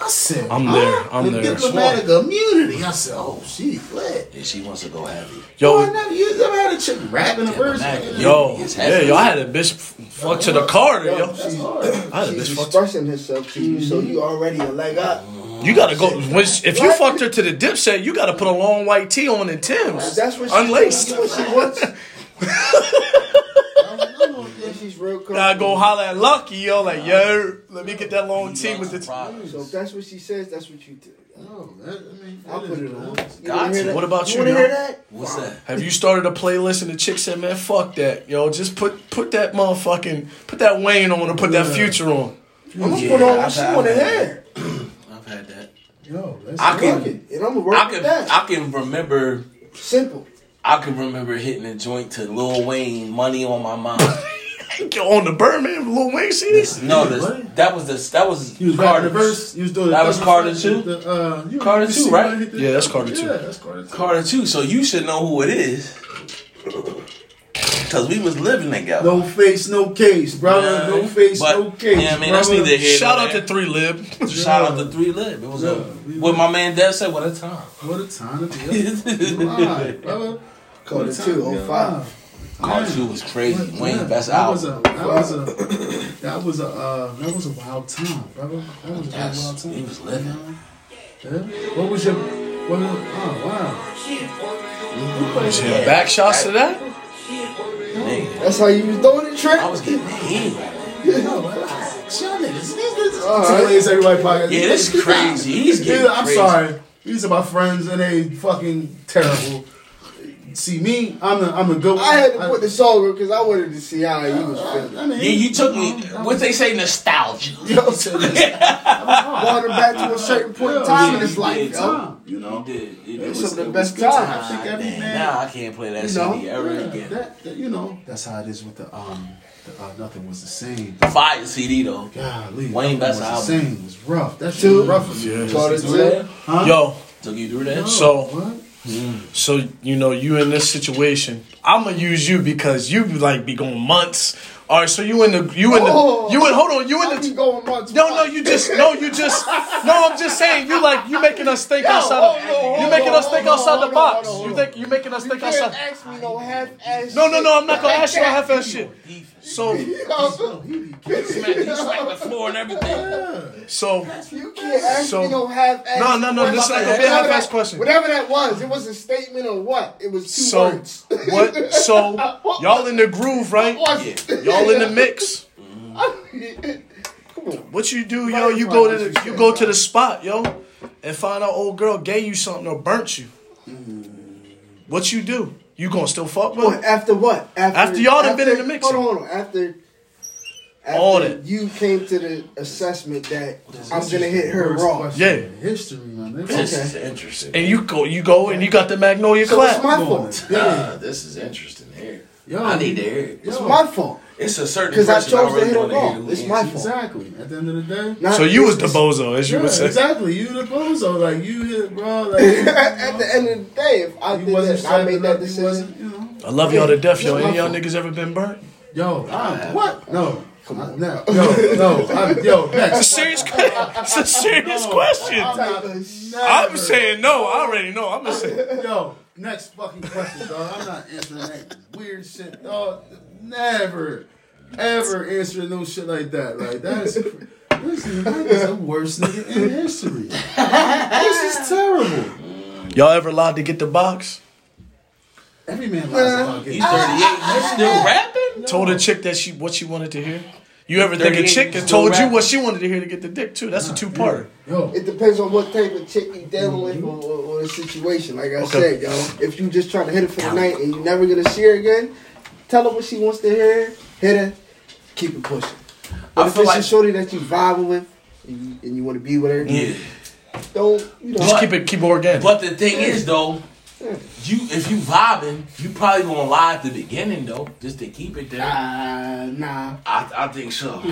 I said,
I'm
huh?
there, I'm
the
there.
diplomatic immunity. I said, oh, she fled.
Yeah, she wants to go heavy.
Yo,
Yo,
never, you never had a chick rapping a verse.
imagine.
<laughs>
yo,
It's
yeah,
heavy.
yo, I had a bitch f- fuck to the car, yo.
That's hard.
I had a
She's
bitch fuck.
expressing herself to you,
Mm-hmm.
so you already are like, ah,
You gotta go. When, if you fucked her to the dipset, you gotta put a long white tee on and Tim's.
that's what she
Unlaced.
That's what
<laughs>
she wants.
I don't know.
Yeah, she's real comfortable.
I go holla at Lucky, yo, like, yo, let me get that long tee with the. T-
Surprise.
So if that's what she says, that's what you do.
No, that- I mean,
I'll put it on. You
Got
wanna
to.
hear that?
What about you,
wanna
yo?
hear that?
What's that?
Have you started a playlist and the chick said, man, fuck that, yo, just put put that motherfucking put that Wayne on and put that Future on. <laughs>
I'm gonna
Yeah,
put
I've
on what she
had
wanna
that.
hear.
I've had that.
Yo, that's
I
Fuck
can,
it, and I'm gonna work
I
with
can,
that.
I can remember.
Simple.
I can remember hitting a joint to Lil Wayne, "Money on
<laughs>
My Mind."
Yo, on the Birdman, Lil Wayne CD.
No, the,
What?
that was the that was
He was Carter
Carter's.
the verse. He was doing
That was
the-
Carter
the-
two?
the, uh, you-
Carter
you
two,
see
right?
when I hit the-
Yeah, that's Carter two.
Yeah, that's Carter two.
Carter too. So you should know who it is, because we was living together.
No face, no case, brother. No face,
But,
no case.
yeah, I mean, that's
brother.
neither here-
Shout out to Three Lib.
Shout out to Three Lib. It was a,
Yeah.
what my man Dev said. What
<laughs>
a time.
What a time to be
<laughs>
alive, brother. What
Call
a
it
time
two
to be
oh five.
alive.
Carter Two was crazy.
Yeah,
Wayne's best
that Was
album.
a, that was a that was a uh, that was a wild time, brother. That was a very
Yes,
wild time.
he was living.
Yeah. What was your what? was- Oh wow.
Yeah, back shots to that.
Nigga,
That's how you was doing it, Trent.
I was getting paid.
No, relax. Y'all niggas, these niggas.
All
Two
right.
Ways Everybody podcast.
Yeah, this is crazy. He's
Dude,
getting
I'm
crazy.
sorry. These are my friends, and they fucking terrible. See me, I'm the I'm the good. one.
I had to put the song on because I wanted to see how you was feeling.
I mean,
Yeah, you took me. What they say, nostalgia. <laughs>
Yo, so this-
Brought her back to a certain point in time in his life, yo.
time, you
You
know.
did. It,
It's
was,
some of the
it
best
was good
times.
I think
time.
every
Damn,
man-
now I can't play that
You
CD
know,
ever
yeah,
again.
that, that- you know, that's how it is with the um, the, uh, nothing was the same.
Fire CD though.
Golly, nothing was
Wayne Best
the
album.
same. It was rough. That shit
Two.
was rough. as
Yeah.
shit.
Called it
Took you through
two.
that?
Huh?
Yo,
Took you through that?
So-
what?
so you know you in this situation. I'm gonna use you because you like be going months. All right, so you in the you in the you in hold on you in
Oh. I be
the.
going months.
No, no, you just no, you just no. I'm just saying, you like you making us think outside.
hold on, hold
Of, you
on,
making us think
hold on,
outside the
hold on, hold
box.
on, hold
You
on.
think you making us think
You can't
outside.
ask me no half-ass
No, no, no. I'm not gonna
shit.
ask you half that shit. So,
Yo, he be kidding.
He smacked the floor and everything.
so
You can't ask
So-
me no half-ass
No, no, no, this ain't gonna be a
Whatever
half-ass
that-
question.
Whatever that was, it was a statement or what? It was two
so
words.
what? So y'all in the groove, right?
Was it?
Y'all in the mix.
Come on.
What you do, yo? You go to the, you go to the spot, yo, and find out old girl gave you something or burnt you. What you do? You gonna still fuck with?
What,
her?
after what? After,
After y'all done been in the mix.
Hold on, hold on. After, after
All that.
you came to the assessment that I'm gonna hit her
Worst
raw.
question
Yeah.
in History, man.
This
This
Okay.
is interesting.
And you go, you go, and you got the magnolia
So it's
clap.
my
going
fault.
big.
Nah, this is interesting here.
Yo.
I need to hear it.
It's my fault
It's a certain
because I
person
chose to
really
hit her
wanna hear
raw.
who
It's
is.
my fault.
Exactly. At the end of the day.
Not-
So you was the
it's-
bozo, as you
Yeah,
would say.
exactly. You the bozo, like you hit, bro.
<laughs>
Like you
At the end of the day, if I
You
did
wasn't
that, I
strapping
made that
up. You
decision.
wasn't, you know.
I love y'all to death, yo.
It's my
Any y'all
fault.
niggas ever been burnt?
Yo, I, what? No, come on. No, yo, no, I'm,
<laughs>
yo,
It's a
next.
serious, que- it's a
<laughs>
serious question.
I'm not-
I'm saying no. I already know. I'm gonna say.
Yo, next fucking question, dog. I'm not answering that weird shit, dog. Never, ever answering no shit like that. Like that is, cr- listen, that is the worst nigga in history. this is terrible.
Y'all ever lied to get the box?
Every man lies about
You
getting.
38,
<laughs>
you still rapping?
Told a chick that she what she wanted to hear. You ever think a
38
chick
is
and
still
told you
rapping.
what she wanted to hear to get the dick too? That's a two parter.
Yo,
It depends on what type of chick you dealing
Mm-hmm.
with or, or, or the situation. Like I
Okay.
said, yo, if you just trying to hit her for the night and you never gonna see her again, tell her what she wants to hear. Hit her, keep it pushing. But
I
if
feel
it's
like-
a shorty that you vibing with and you, and you want to be with her,
Yeah.
don't you know?
Just
But-
keep it keep it organic.
But the thing is though, you if you vibing, you probably gonna lie at the beginning though, just to keep it there.
Uh, nah,
I, I think so.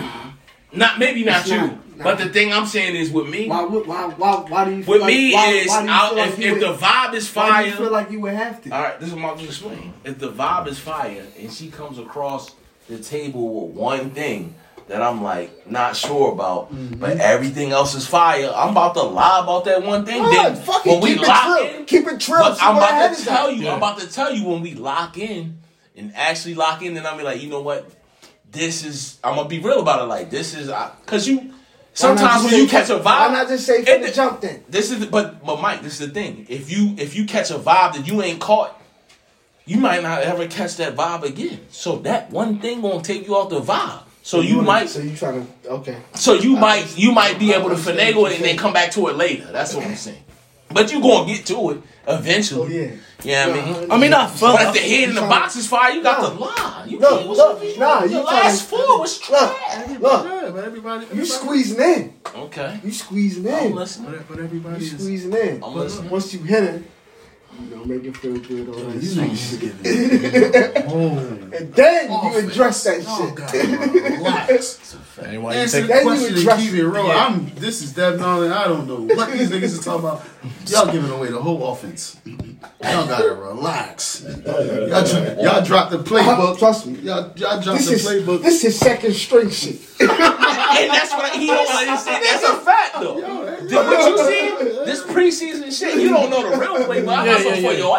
Not maybe not
It's
you,
not- not-
but the thing I'm saying is with me.
Why, would- why, why, why do you feel
with
like,
me
why,
is
why do you
I'll-
feel like
if,
you
if
would-
the vibe is
why do
fire.
you feel like you would have to?
all right, this is what I'm just explaining. If the vibe is fire and she comes across the table with one thing that I'm like not sure about,
Mm-hmm.
but everything else is fire, I'm about to lie about that one thing.
Fine,
then
fuck it,
when we
keep it
lock
trill.
in,
Keep it trill,
But
see
I'm
where the
about
head
to
is
tell
at.
you.
Yeah.
I'm about to tell you when we lock in and actually lock in. Then I'll be like, you know what? This is. I'm gonna be real about it. Like this is because you.
Why not
Sometimes
just
when
say-
you catch a vibe,
why not just say
it-
from the jump then?
This is, but but Mike, this is the thing. If you if you catch a vibe that you ain't caught, you might not ever catch that vibe again. So that one thing gonna take you off the vibe. So you
wanna-
might
So you trying to? Okay.
so you might you might be
I
able to
understand what
finagle
you're
it and
saying.
then come back to it later. That's what I'm saying. But you gonna get to it eventually.
Oh, yeah.
yeah. You know what I
Nah,
mean.
I mean, I
But if
felt.
the head in the
tryna-
box is fire, you got
Nah.
to lie. You
No,
can't- what's
look,
up with you?
nah, you
Your
tryna-
last four was
Look,
trash.
look,
Yeah, but everybody,
you
everybody-
squeezing in.
Okay.
You squeezing
I'm
in.
listening.
But, but
You
everybody is.
squeezing
I'm
in. Once
listening.
once you hit her, you know, make it feel good. All that
These
shit.
niggas is
<laughs>
getting oh,
And then you
Offense.
address that
oh
shit.
God, relax.
It's a fact.
Ain't why you
Answer
take
the
Then you
question and
address
keep
it.
it real.
Yeah.
I'm. This is Dev Nolan. I don't know what these niggas is talking about. Y'all giving away the whole offense. Y'all gotta relax. Y'all, dro- y'all dropped the
Uh,
playbook.
trust me.
Y'all, y'all dropped
This
the
is
playbook.
this is second string shit.
And that's what I, he don't understand. That's a fact, though. Did what you see? This preseason shit, you don't know the real play, but I
Yeah,
got something
yeah,
for
yeah.
your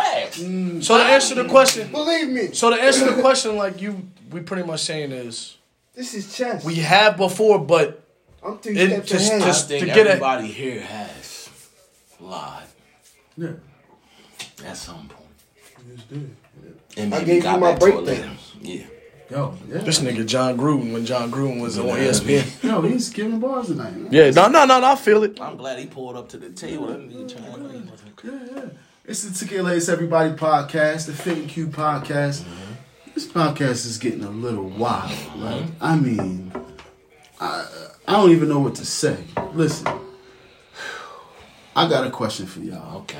ass.
So to answer the question,
Believe me,
so to answer the question, like you, we pretty much saying is
this is chess.
we have before, but
I'm three
It
steps
just-
ahead.
just-
I think
to get it-
everybody here has lied
Yeah.
at some point.
It's good.
And
I
maybe
gave
got
you my
back to it
breakdown.
later. Yeah.
Yo, yeah.
this nigga John Gruden when John Gruden was on E ESPN.
Yo, he's giving bars tonight. Man.
Yeah, no, no, no, no, I feel it.
I'm glad he pulled up to the table. That nigga trying to-
Yeah, yeah. It's the Tequila Ace Everybody podcast, the Fit and Q podcast. This podcast is getting a little wild. Like, I mean, I, I don't even know what to say. Listen, I got a question for y'all.
Okay.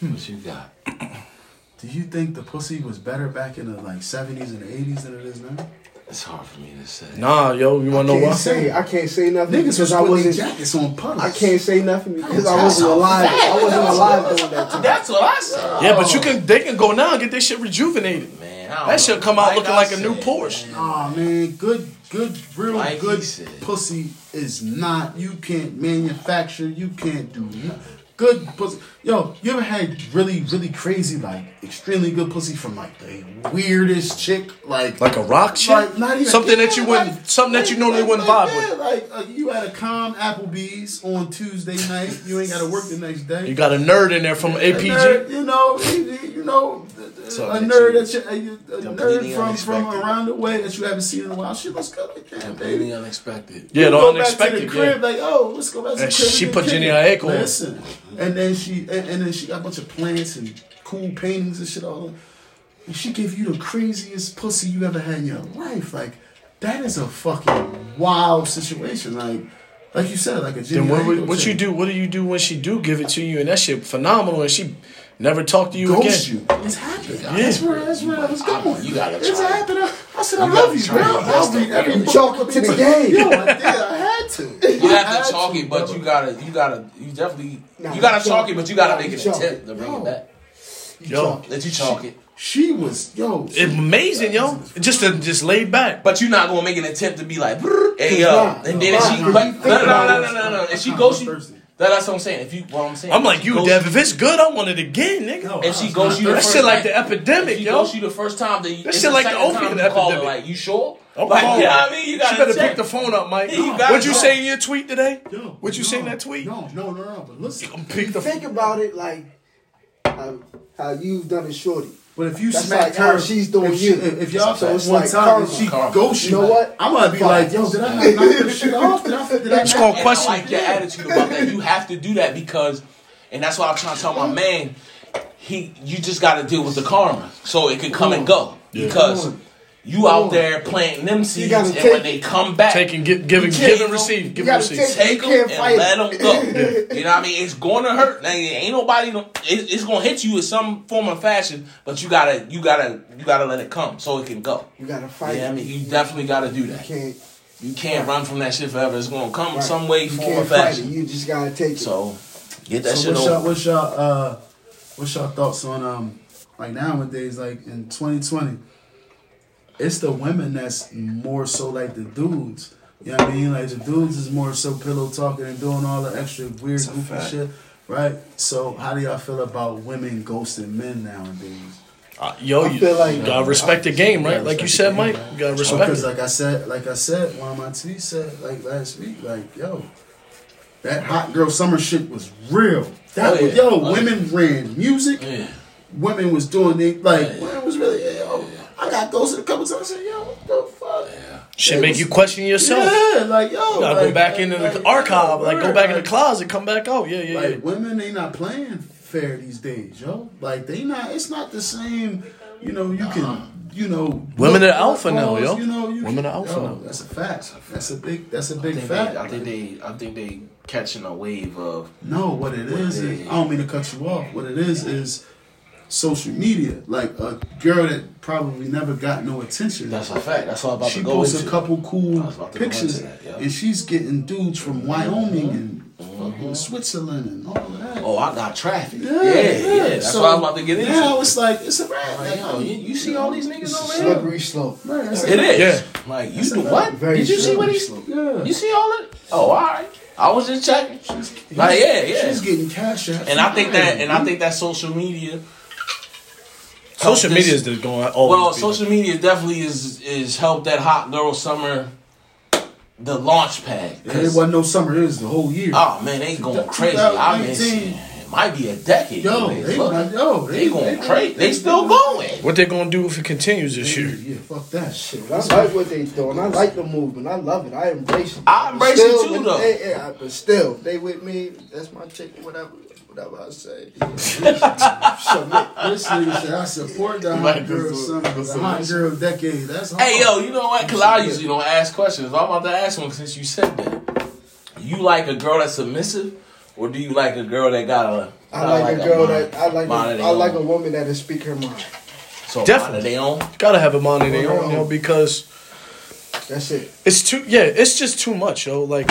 What you got?
Do you think the pussy was better back in the like seventies and eighties than it is now?
It's hard for me to say.
Nah, yo, you wanna know
I can't
why?
say I can't say nothing
Niggas was
because I
putting their
wasn't.
jackets on puddles.
I can't say nothing because I
That's
wasn't
a
alive. I wasn't alive during that time.
That's what I said.
Yeah, but you can. They can go now and get their shit rejuvenated.
Man, I don't
That shit
know.
come out looking
I
like a new
said,
Porsche.
man.
Aw man, good, good, real
Like he
good
said.
pussy is not. You can't manufacture. You can't do
Mm-hmm.
no- good pussy. Yo, you ever had really, really crazy, like extremely good pussy from like the weirdest chick, like
Like a rock chick?
Like, not even-
Something that
yeah,
you wouldn't-
like-
something that you
like-
normally
like-
wouldn't
like,
vibe with.
yeah, Like uh, you had a calm Applebee's on Tuesday night. You ain't got to work the next day.
You got a nerd in there from
A
APG.
nerd, you know, you know, a
Something
nerd
that
that you, a, a
completely
nerd from, from
unexpected.
around the way that you haven't seen in a while. She looks good like that, baby.
Completely unexpected.
Yeah,
go
the
back to
unexpected.
the
Yeah.
crib, like, oh, let's go back to the
And
crib.
she
get
put
kicking.
Jenny Aiko on.
Listen, and then she, and, and then she got a bunch of plants and cool paintings and shit all. over. And she gave you the craziest pussy you ever had in your life. Like, that is a fucking wild situation. Like, like you said, like a Jenny.
Then what,
Aiko
what, what
thing.
you do? What do you do when she do give it to you and that shit phenomenal and she never talk to you
Ghost
again?
you. It's happened. That's where that's where I was going.
You gotta
It's
try.
happened. I, I said I
You
love
gotta
you,
try.
bro. I'll read every book.
Chalk it to the game.
<laughs> Yo, I did. I had to.
You
I
have
had
to chalk it, but you gotta, you gotta, you definitely,
Nah,
you gotta
you
chalk
chalk
it, but you gotta
it.
make an
You chalk
attempt
it.
to bring
No.
it back.
Yo,
Let you chalk it,
She was yo. she-
amazing, yo. Just to just laid back.
but you're not gonna make an attempt to be like, "Brrr," hey yo,
Nah,
and then if
nah,
she,
nah,
but
nah,
no, no, no, no,
nah,
no, no, if she
nah,
goes,
I'm
you,
thirsty.
that- that's what I'm saying. If you, what I'm saying,
I'm
if
like
she
you,
goes-
Dev. If it's good, I want it again, nigga.
And she goes you the
That
first
shit like the
time-
epidemic,
if she
yo.
goes you the first time, then you,
That
it's
shit
the
like the
second time
opiate
you call her,
epidemic.
like, you sure?
I'm
like,
calling.
you know what I mean? You gotta
she better
check.
pick the phone up, Mike.
Yeah, you gotta
what you
check.
say in your tweet today?
Yo,
what you
no,
say in that tweet?
No, no, no, no. But listen,
Pick the
Think about it like how, how you've done it, shorty.
but if you
That's
smack
like how
her,
she's doing
if, she,
you.
if, if y'all
So
so
it's
one
like
time
karma.
and she
Karma.
ghosts you,
You know what?
I'm gonna be
Fuck.
like, yo, did I not knock this shit off? Did I? Did I?
It's
not-
called
And
question.
I like your attitude about that. You have to do that because, and that's why I'm trying to tell my man, he, you just got to deal with the karma, so it can come and go because
Come on.
you
on.
out there planting them seeds,
gotta
and
take-
when they come back,
Taking, give, giving,
You can't-
give and receive, give
you
and
gotta
receive.
take-
take
You
them
can't
and
fight
let them
it.
go.
<laughs>
You know what I mean? It's going to hurt. Now, ain't nobody. no- It, it's going to hit you in some form or fashion, but you gotta, you gotta, you gotta let it come so it can go.
You gotta fight.
Yeah, I
it.
mean, you definitely gotta do
You
that.
can't.
You can't run from that shit forever. It's gonna come
Right.
some way,
You
form or
can't fight it.
fashion.
You just gotta take it.
So get that
So
shit
what's
over.
your what's your uh what's your thoughts on um like nowadays like in 2020? It's the women that's more so like the dudes. You know what I mean? Like the dudes is more so pillow talking and doing all the extra weird
a
goofy
fact.
shit, right? So how do y'all feel about women ghosting men nowadays?
Uh, yo,
I
you
feel like-
gotta respect the game, right?
Yeah,
Like you
respect
said,
the
Mike,
game,
you gotta respect
Because
it.
Oh, like I said, like I said, one of my T said like last week, like yo, that hot girl summer shit was real. That
Oh,
was
yeah.
yo,
Oh,
women ran music,
Yeah.
women was doing they like
Yeah.
women was really yo. I got ghosted a couple times. I said yo, what the fuck?
Shit
it
make
was-
you question yourself.
Yeah, like yo,
You gotta
like,
go back into the
like,
archive,
yo,
like go
word,
back in the
like,
closet, come back out. Yeah, yeah, yeah.
Like women, they not playing fair these days, yo. Like they not. It's not the same. You know, you can. You know,
Women
look
are alpha
for
now, yo.
You know, you
Women
can-
are alpha
yo,
now.
That's a fact. That's a big. That's a
I
big
think, they,
fact.
I think they, I think they catching a wave of
No, what it is is I don't mean to cut you off. What it is is social media. Like a girl that probably never got no attention.
That's a fact. That's all I'm about
she
to go
posts
into.
a couple cool
I was about to go
pictures,
into that, yeah. Mm-hmm.
and she's getting dudes from Wyoming and fucking Switzerland and all of that.
Oh, I got traffic. Yeah, yeah. That's
So
what I'm about to get into.
Now it's like it's a rap.
Like,
Like,
yo, you, you see all these niggas
It's a
over here?
slippery slope.
man, it's
It
a-
is.
Yeah.
Like you
That's
do
a
what?
very
Did you see what
slippery
he's?
slope.
Yeah.
You see all of? Oh, all right. I was just checking. Like yeah, yeah.
She's getting cash out.
and I think that, and I
think.
think that social media.
Social
helped
media
this-
is just going always.
Well,
be
social media definitely is is helped that hot girl summer, the launch pad.
It wasn't no summer. It was the whole year.
Oh man, they going crazy. I mean, it might be a decade.
yo,
man.
they,
Look,
yo,
they going crazy. They still going.
what they're gonna do if it continues this
Yeah,
year?
<laughs> yeah, fuck that shit.
I like what they doing. I like the movement. I love it. I embrace it.
I embrace it
Still,
too,
when
though.
They, yeah, but still, they with me. That's my chick. Whatever, whatever
<laughs>
I say. Submit.
This nigga said I support the hot girl summer, the hot girl decade. That's hard.
Hey yo, you know what? Cause I usually don't ask questions. I'm about to ask one since you said that. You like a girl that's submissive, or do you like a girl that got a?
I like, a girl that I like.
Mind of
A,
they
I like
own.
a woman that will speak her mind.
so
Definitely.
definitely they own.
Gotta have a mind of their own, yo, because
That's it.
it's too. Yeah, it's just too much, yo. Like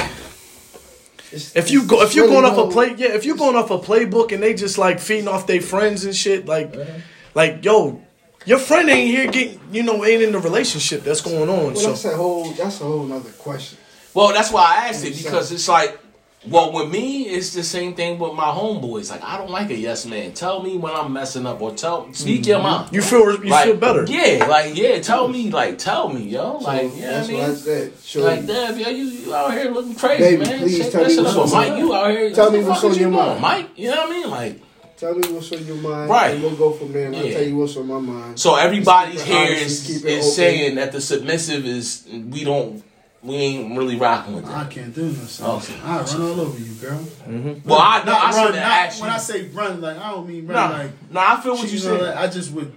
It's-
if you go,
it's
if you're
really
going off
no-
a play, yeah, if you're going off a playbook and they just like feeding off their friends and shit, like, like yo, your friend ain't here getting, you know, ain't in the relationship that's going on.
Well,
So
that's a whole. That's a whole other question.
Well, that's why I asked it because it's like, well, with me, it's the same thing with my homeboys. Like, I don't like a yes man. Tell me when I'm messing up, or tell speak your
Mm-hmm.
mind.
you feel you
like,
feel better.
Yeah, like yeah, tell me, like tell me, yo, like you know what I
that's
mean.
what I said. Sure.
Like damn, yo, you, you out here looking crazy,
Baby,
man.
please
Shit,
tell me
that shit
what's
up.
on your
Mike.
mind.
You out here?
Tell
what
me
the
what's
fuck
on
is you
your
doing,
mind.
Mike. You know what I mean? Like,
tell me what's on your mind,
Right.
And we'll go from there. And I'll
Yeah.
tell you what's on my mind.
So everybody's
Just keep it
here
honest,
is,
just keep it open.
is saying that the submissive is we don't we ain't really rocking with
I
that.
can't do this.
Okay.
I run all over you, girl.
Well, I no,
Not
I
run. Not,
should ask you.
when I say run, like I don't mean run.
Nah,
Like
nah, I feel what
she-
you
know,
said.
like, I just would.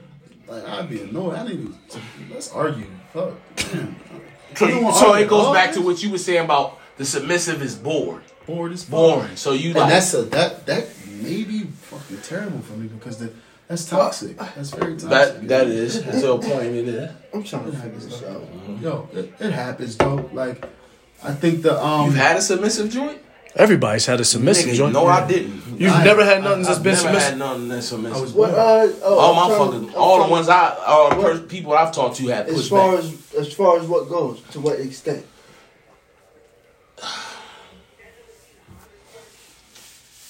Like I'd be annoyed. I need to. Let's argue. Fuck. Damn.
So,
You don't wanna
so
argue
it goes
all
back to
this?
what you were saying about the submissive is bored,
Bored as fuck.
boring. So you
And
like
that's a that that may be fucking terrible for me because that that's toxic. That's very toxic.
that that is to a point it is.
I'm trying to figure this out.
Mm-hmm. Yo, it, it happens though. Like I think the um
You had a submissive joint?
Everybody's had a submissive
Nigga,
joint.
no, I didn't.
You've
I-
never had nothing
I-
that's
I've
been
never
submissive.
had none that's
I was
submissive.
What? Uh, oh,
All
I'm
my
trying to-
fucking,
I'm
all the
trying
ones
to-
I, all the pers- people I've talked to had
As
pushed
far
back.
as as far as what goes, to what extent?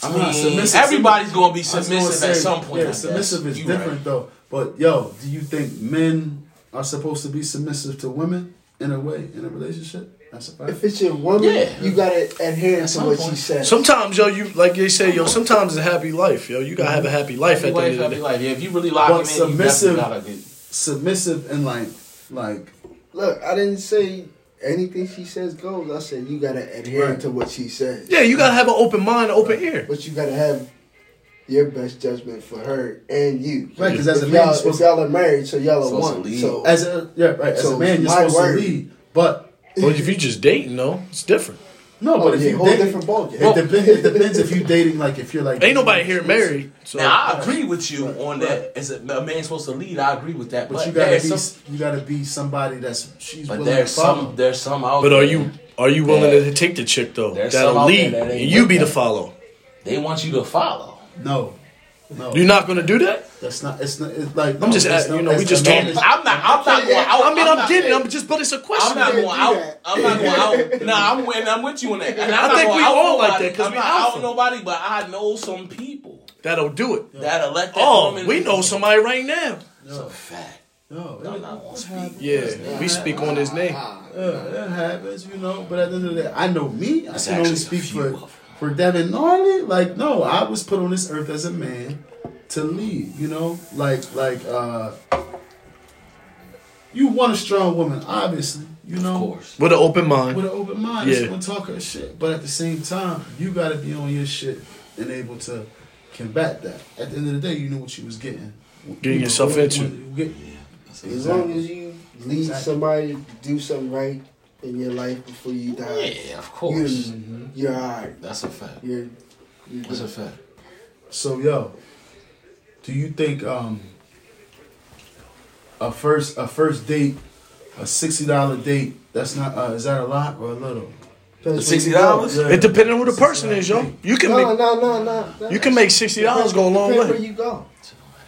I
Nah,
mean,
submissive-
everybody's gonna
I
be
was gonna
submissive
say,
at some point. I
Yeah,
guess.
submissive is
You
different
right.
though. But yo, do you think men are supposed to be submissive to women in a way in a relationship? That's a
If
fact.
it's your woman,
Yeah.
you gotta adhere to
some
what she
point.
says.
Sometimes, yo, you like they say, yo. Sometimes it's a happy life, yo. You gotta have a happy life
Mm-hmm. Happy
at the
wife,
end of
happy
the day.
life. Yeah, if you really lock
But
him in,
submissive-
you definitely gotta get.
Submissive and like like
Look, I didn't say anything she says goes. I said you gotta adhere
Right.
to what she says.
Yeah, you gotta have an open mind, an open ear.
But you gotta have your best judgment for her and you.
Right, 'cause as a man,
If y'all-
you're
if
supposed to-
y'all are married, so y'all are
Supposed to
one.
lead.
So
as a yeah right as
So
a man you're
my
supposed
word.
to lead, but
Well, if you just dating, though, it's different.
No,
Oh,
but if
yeah,
you
whole
dating,
different ballgame.
It, depends, it depends if you dating like if you're like
Ain't nobody here married. So
Now I agree with you on that. As a, a man's supposed to lead, I agree with that.
But,
But,
you gotta be
there's some,
you gotta be somebody that's she's
but
willing
there's
to follow.
some, there's some out
But
there.
are you are you willing to take the chick though?
There's some
That'll
out
lead
there that ain't
and you
with
be the
that.
follow.
They want you to follow.
no, no,
You're not gonna do that?
that's not. It's not. It's like
I'm just
it's
at-
not-
you know, we
it's
just
a
talking.
man-
I'm not. I'm not going out.
I mean,
I'm
I'm,
not-
getting. I'm just, but it's a question.
I'm not
can't
going
do
out.
that.
I'm not going out. <laughs> Nah, I'm with. I'm with you on that. And I'm
I
not
think
going
we
out
all like
nobody.
that 'cause
I'm
we
not out
alpha.
nobody, but I know some people
That'll do it.
that'll let that
Oh,
woman.
we know somebody right now.
It's a fact.
No,
I'm
it,
not going to speak.
Yeah, we speak on his name.
uh, it happens, you know. But at the end of the day, I know me. I
It's
can only
actually a
speak
few
for
of 'em.
for Devin Norley. Like, no, I was put on this earth as a man to lead. You know, like like uh, you want a strong woman, obviously. You know,
Of course.
With an open mind.
with an open mind.
Yeah.
Yeah. Someone talk her shit. But at the same time, you gotta be on your shit and able to combat that. At the end of the day, you knew what you was getting.
Getting yourself
what you
into.
wanted- you get-
As long as you lead
Exactly.
somebody to do something right in your life before you die,
Yeah, of
you,
course.
you're alright.
That's a fact.
You're, you're
That's a fact.
So yo, do you think um a first a first date, a sixty dollar date, that's not uh, is that a lot or a little?
Depends
$60?
where you go.
It depends on who the person is, yo. You can
No,
make
no, no, no, no.
you can make sixty dollars go a long
Depends Where
way.
you go?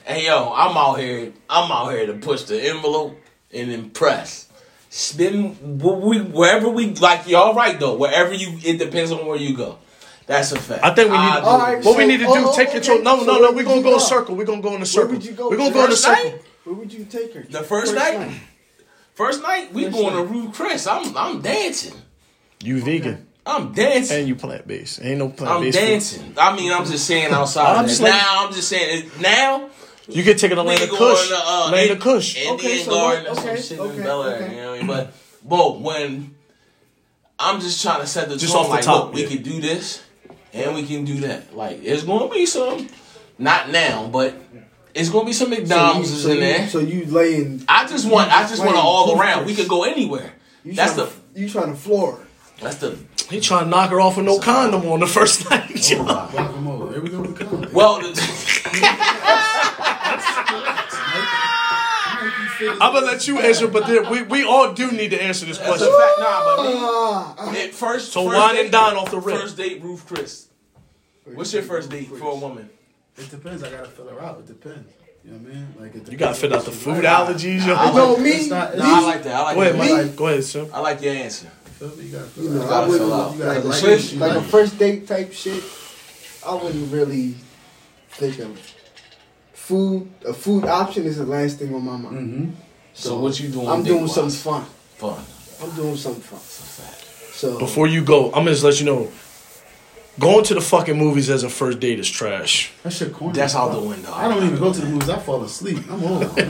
Hey yo, I'm out here. I'm out here to push the envelope and impress. Spend wh- we wherever we like. Y'all right though. Wherever you, it depends on where you go. That's a fact.
I think we need.
I do.
All right,
what we need to do?
so- oh,
take
oh,
control.
okay.
No,
So
no,
where
no. We're
would
gonna
you
go in a
go?
circle. We're gonna go in a circle.
would you go?
We're gonna go in a
First night?
circle.
Where would you take her?
The first, night, first night, we
First
going to Rue Chris. I'm I'm dancing.
You vegan
I'm dancing.
and you plant based. Ain't no plant
I'm
based.
dancing. I mean, I'm
<laughs>
just saying outside.
I'm
of
just
that.
like-
now I'm just saying it- now.
You could take an
we
Atlanta
going
Kush.
to, uh,
Atlanta
Ind-
Kush.
Indian
Okay, so
Garden
what-
or some
okay,
shit
okay,
in Bel Air.
okay.
You know what I mean? But but when I'm just trying to set the
Just
tone,
off the
like,
top,
look,
yeah.
we can do this and we can do that. Like, it's gonna be some, not now, but it's gonna be some McDonald's
so you,
in there.
So you laying.
I just want, I just want an
Wait,
all
who's
around. We could
first?
go anywhere.
You
That's
trying
the,
to, you trying to floor. her.
<laughs>
that's the.
He trying to knock her off with no condom on the first <laughs> night. yo.
Guacamole. Here we go with the comment.
Well, the-
I'm gonna let you answer, but then we, we all do need to answer this
that's a
question.
fact. Nah, but me-
Ah,
It first.
So
first
wine
date-
and dine off the rip.
First date, Ruth Chris. What's your first date for a woman?
It depends. I gotta fill her out. It depends. You know what I mean? Like it depends.
You gotta fit out the food allergies. Yo.
I
no,
like-
me.
it's not-
me-
Nah, I like that. I like
Go ahead,
that.
Me?
Mike. Go ahead, sir.
I like your answer.
Feel me? You gotta
you
fill
know,
her
I
out.
wouldn't
fill out.
You
like,
gotta
a
like
first,
she
like a
like.
first date type shit. I wouldn't really think of food. A food option is the last thing on my mind.
Mm-hmm.
Mhm.
So what you doing
I'm doing
date-wise?
something fun.
Fun.
I'm doing something fun. So
Before you go, I'm gonna just let you know. Going to the fucking movies as a first date is trash.
That shit corny.
That's
as
out
fuck.
the window.
I don't even go to the movies. I fall asleep. I'm
<laughs>
old.
I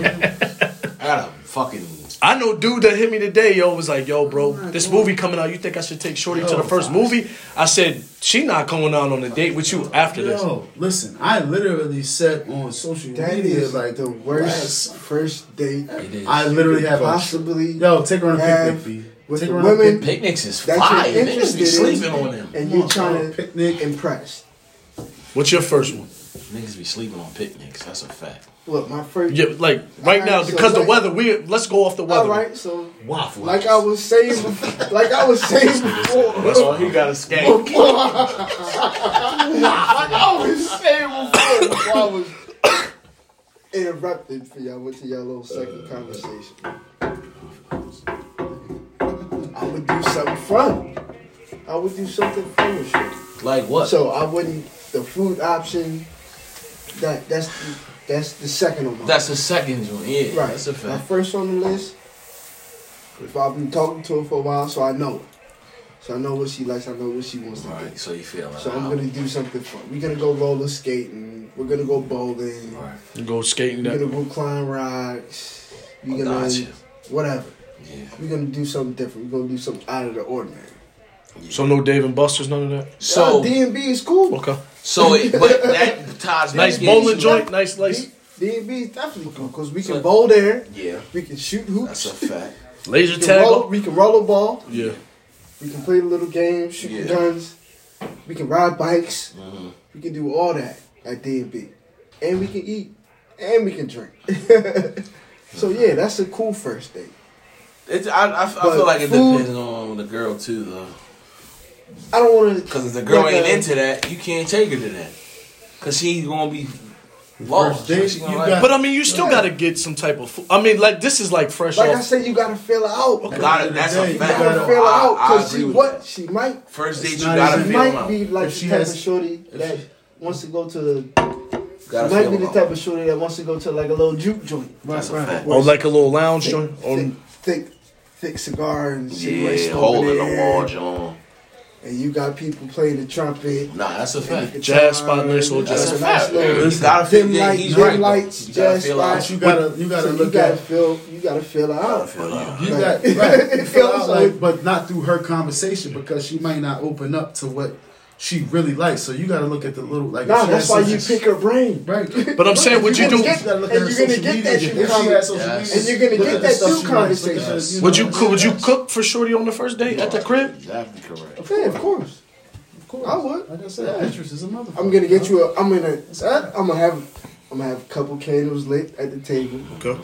got a fucking.
I know dude that hit me today, yo, was like, yo, bro,
Oh my
this
God.
movie coming out, you think I should take Shorty to
Yo,
the first movie? I said, she not going out on a date with you after this.
Yo, listen, I literally said on social
that
media
is
like
like the worst first date.
It is.
I literally have a
possibly.
yo. Take her on a
have
picnic. B.
with
Take
the
her on a
women
picnic.
Picnics is
that
fire.
you're
Niggas
interested
be sleeping
in,
on them.
and
Come
you're
on,
trying
bro.
to
Picnic.
impress.
What's your first one?
Niggas be sleeping on picnics. That's a fact.
Look, my first.
Yeah, like right
Alright,
now,
so
because the
like-
weather, we let's go off the
All
weather.
right, so
Waffle.
like I was saying, bef- like I was saying before.
Oh, he got a skank.
Like <laughs> I was saying before, before I was interrupted for y'all went to y'all little second
Uh,
conversation. I would do something fun. I would do something fun with you.
Like what?
So I wouldn't the food option. That that's the, that's the second on my
that's the second one. Yeah.
right.
That's a
My
fact.
first on the list. If I've been talking to her for a while, so I know. So I know what she likes. I know what she wants to do.
Right. So you feel
So I'm gonna do something fun. We're gonna go roller skating. We're gonna go bowling.
Right.
You Go skating
We're
that.
gonna go climb rocks. We're gonna
Gotcha.
whatever.
Yeah.
We're gonna do something different. We're gonna do something out of the ordinary.
So no Dave and Buster's, none of that.
So
D and B is cool.
Okay.
so
<laughs>
it, but that ties back
Nice
into-
bowling joint, nice lace.
D and B is definitely cool because we can
So-
bowl there.
Yeah.
We can shoot
That's a
hoops.
fact.
Laser
We can, roll,
tag.
we can roll a ball.
Yeah.
We can play the little games, shoot
Yeah. Mm-hmm.
guns. We can ride bikes. We can do all that at D&B. And we can eat. And we can drink. <laughs> so yeah, that's a cool first date.
It's, I, I, I
But
feel like it
food-
depends on the girl too, though.
I don't uh, want to.
Because if the girl ain't into that, you can't take her to that. Because she's gonna be lost.
First date,
She gonna
you
like-
got-
But I mean, you still gotta get some type of. Food. I mean, like this is like fresh
Like I
off.
said, you gotta feel her out.
You gotta- that's a
You
You
fact.
gotta
gotta-
feel her
I-
out
I
because
agree
she
with
what
that.
she might
First
It's
date, you
not
gotta
even-
she
feel them
might
out.
be like
If
the
she
type
has-
of shorty that wants to go to the
Gotta
she might
feel
be the
them
type
out.
of shorty that wants to go to like a little juke joint.
Right, right.
Or Oh, like a little lounge joint. Oh. Or
Thick, thick, thick cigar and cigarette
Yeah,
smoke
holding
in the
the
air,
wall, John.
And you got people playing the trumpet.
Nah, that's a
and the
fact.
Jazz
guitar,
spotlights or
and
jazz-
a
That's
a
nice
fact.
little
You gotta feel
Dim
yeah,
light,
he's
dim
right, though.
lights,
You gotta
jazz
feel out.
spots.
You gotta, you gotta
So you
look
gotta
at.
feel, you gotta feel her
Gotta
out.
feel out.
You got <laughs> right. You feel out like, but not through her conversation because she might not open up to what she really likes. So you got to look at the little like.
Nah,
she
that's
has
why you
social-
pick her brain.
<laughs> Right.
But I'm saying, would you
gotta
do?
get- gotta look at
and
her
you're gonna
social
get
media.
that shit
If she
from-
has social
Yes.
media,
And you're gonna
look
get
at the
that
stuff
through
she likes, look at her,
conversations.
Would you
know,
cook- would you
yes.
cook for Shorty on the first date at the crib?
Exactly correct.
Yeah, of course.
Of course.
I would.
Like I said, actress is a motherfucker.
I'm gonna get you a. I'm gonna. I'm gonna have. I'm gonna have a couple candles lit at the table.
Okay.